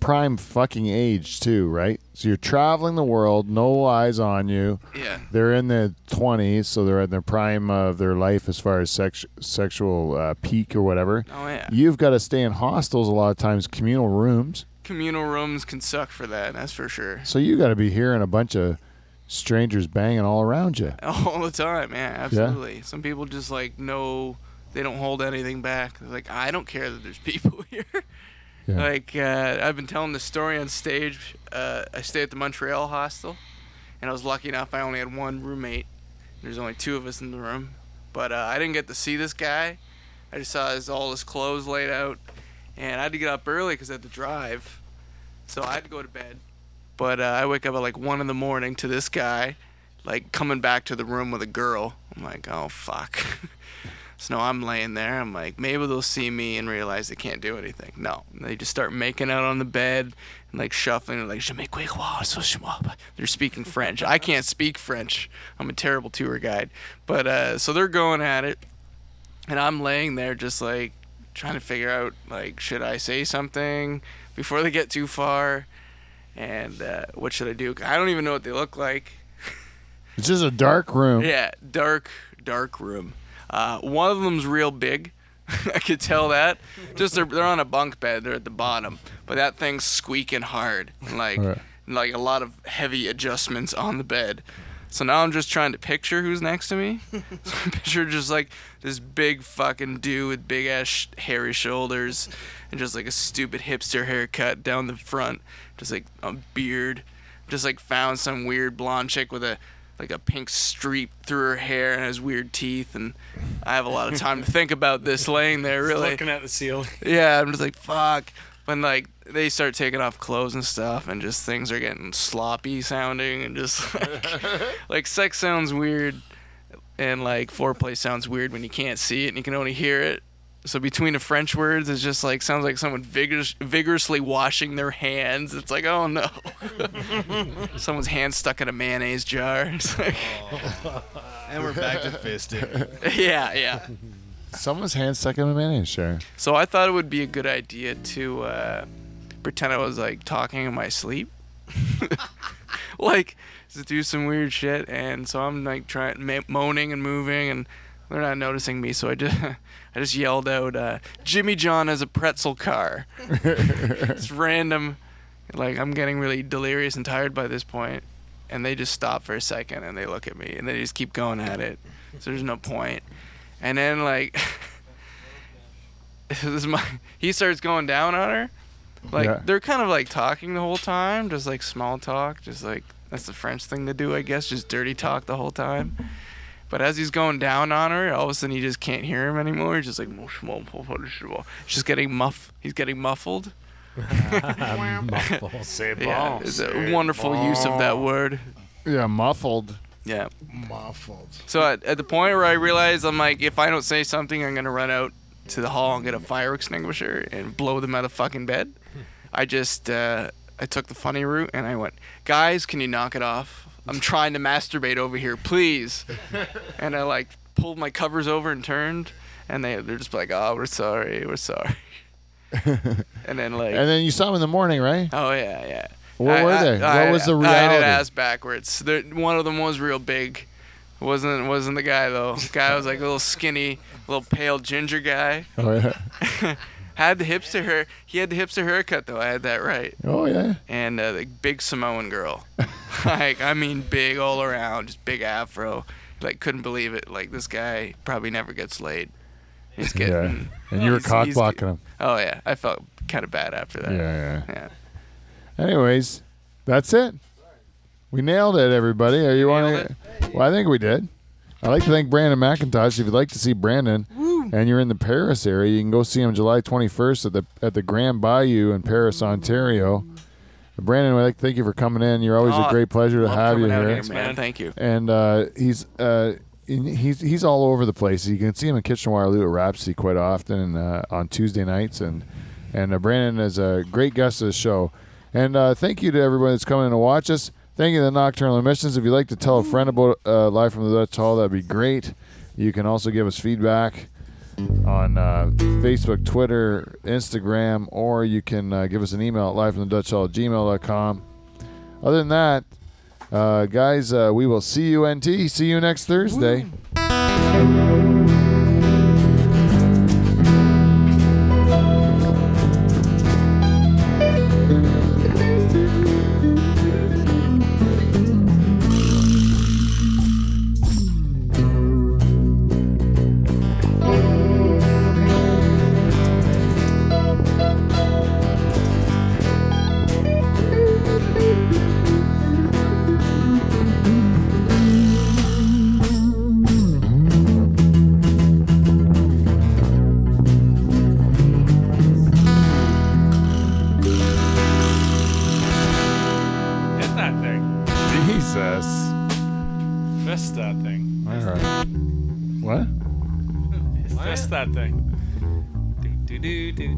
prime fucking age too, right? So you're traveling the world, no eyes on you.
yeah,
They're in their 20s, so they're at their prime of their life as far as sex- sexual uh, peak or whatever.
oh yeah.
You've got to stay in hostels a lot of times, communal rooms.
Communal rooms can suck for that. That's for sure. [LAUGHS]
So you got to be hearing a bunch of strangers banging all around you.
All the time, yeah, absolutely. Some people just like no, they don't hold anything back. They're like I don't care that there's [LAUGHS] people here.
Yeah.
Like uh, I've been telling this story on stage. Uh, I stay at the Montreal hostel, and I was lucky enough I only had one roommate. There's only two of us in the room, but uh, I didn't get to see this guy. I just saw his, all his clothes laid out, and I had to get up early because I had to drive, so I had to go to bed. But uh, I wake up at like one in the morning to this guy like coming back to the room with a girl. I'm like, oh fuck. [LAUGHS] so now I'm laying there. I'm like, maybe they'll see me and realize they can't do anything. No, they just start making out on the bed and like shuffling. They're like, Je me quoi, quoi, so je moi. they're speaking French. I can't speak French. I'm a terrible tour guide. But uh, so they're going at it, and I'm laying there just like trying to figure out like should I say something before they get too far. And uh, what should I do? I don't even know what they look like.
It's just a dark room.
Yeah, dark, dark room. Uh, one of them's real big. [LAUGHS] I could tell that. Just they're, they're on a bunk bed. They're at the bottom, but that thing's squeaking hard, and like
Right.
and, like a lot of heavy adjustments on the bed. So now I'm just trying to picture who's next to me. so I picture just like this big fucking dude with big ass sh- hairy shoulders, and just like a stupid hipster haircut down the front, just like a beard. Just like found some weird blonde chick with a like a pink streak through her hair and has weird teeth and I have a lot of time to think about this laying there really.
Looking at the ceiling.
Yeah, I'm just like fuck. When like they start taking off clothes and stuff and just things are getting sloppy sounding and just [LAUGHS] like, like sex sounds weird and like foreplay sounds weird when you can't see it and you can only hear it. So between the French words, it's just like sounds like someone vigorous, vigorously washing their hands. It's like, oh no, someone's hand stuck in a mayonnaise jar. [LAUGHS] It's like,
And we're back to
[LAUGHS]
fisting.
[LAUGHS] yeah, yeah.
Someone's hand stuck in a
[LAUGHS]
mayonnaise jar.
So I thought it would be a good idea to uh, pretend I was like talking in my sleep, [LAUGHS] like to do some weird shit. And so I'm like trying ma- moaning and moving, and they're not noticing me. So I just [LAUGHS] I just yelled out, uh, "Jimmy John has a pretzel car." [LAUGHS] it's random. Like I'm getting really delirious and tired by this point, and they just stop for a second and they look at me and they just keep going at it. So there's no point. And then like. [LAUGHS] this is my he starts going down on her like
Yeah.
they're kind of like talking the whole time just like small talk just like that's the french thing to do i guess just dirty talk the whole time but as he's going down on her all of a sudden you just can't hear him anymore he's just like "Mush, mush, mush, mush, mush." He's just getting muff he's getting muffled
Muffled.
C'est
[LAUGHS] yeah
bon,
it's
c'est
a wonderful use of that
bon.
word
[LAUGHS] Yeah, muffled. [LAUGHS]
yeah
Muffled.
so at, at the point where i realized i'm like if i don't say something i'm gonna run out to the hall and get a fire extinguisher and blow them out of fucking bed I just uh, I took the funny route and I went, guys, can you knock it off? I'm trying to masturbate over here, please. and I like pulled my covers over and turned, and they they're just like, oh, we're sorry, we're sorry. [LAUGHS] and then like,
And then you saw him in the morning, right?
oh yeah, yeah.
What
I-
were
I-
they?
I-
what was the
I had
reality?
it ass backwards. There, one of them was real big. wasn't wasn't the guy though. Guy was like a little skinny, little pale ginger guy. [LAUGHS]
oh yeah.
Had the hips to her. He had the hips to haircut though. I had that right
Oh yeah.
and uh, the big Samoan girl. [LAUGHS] like I mean, big all around, just big afro. Like couldn't believe it. Like this guy probably never gets laid. He's
Yeah.
getting.
And you were
He's-
cock
he's-
blocking him.
Oh yeah, I felt kind of bad after that.
Yeah, yeah.
Yeah.
Anyways, that's it. We nailed it, everybody. Are you
Nailed
on Well, I think we did. I'd like to thank Brandon McIntosh. If you'd like to see Brandon and you're in the Paris area, you can go see him July 21st at the at the Grand Bayou in Paris, Ontario. Brandon, I'd like to thank you for coming in. You're always a
Oh,
great pleasure to
Love
have you
coming out
here.
here, man. Thank you.
and uh, he's uh, in, he's he's all over the place. You can see him in Kitchen Waterloo at Rhapsody quite often uh, on Tuesday nights, and and uh, Brandon is a great guest of the show. And uh, thank you to everyone that's coming in to watch us. Thank you to the Nocturnal Emissions. If you'd like to tell a friend about uh, Live from the Dutch Hall, that'd be great. You can also give us feedback on uh, Facebook, Twitter, Instagram, or you can uh, give us an email at livefromthedutchhall at gmail.com. Other than that, uh, guys, uh, we will see you NT. See you next Thursday.
Hit that thing.
Jesus.
Fist that thing.
All right. What?
Fist that thing. Do, do, do, do.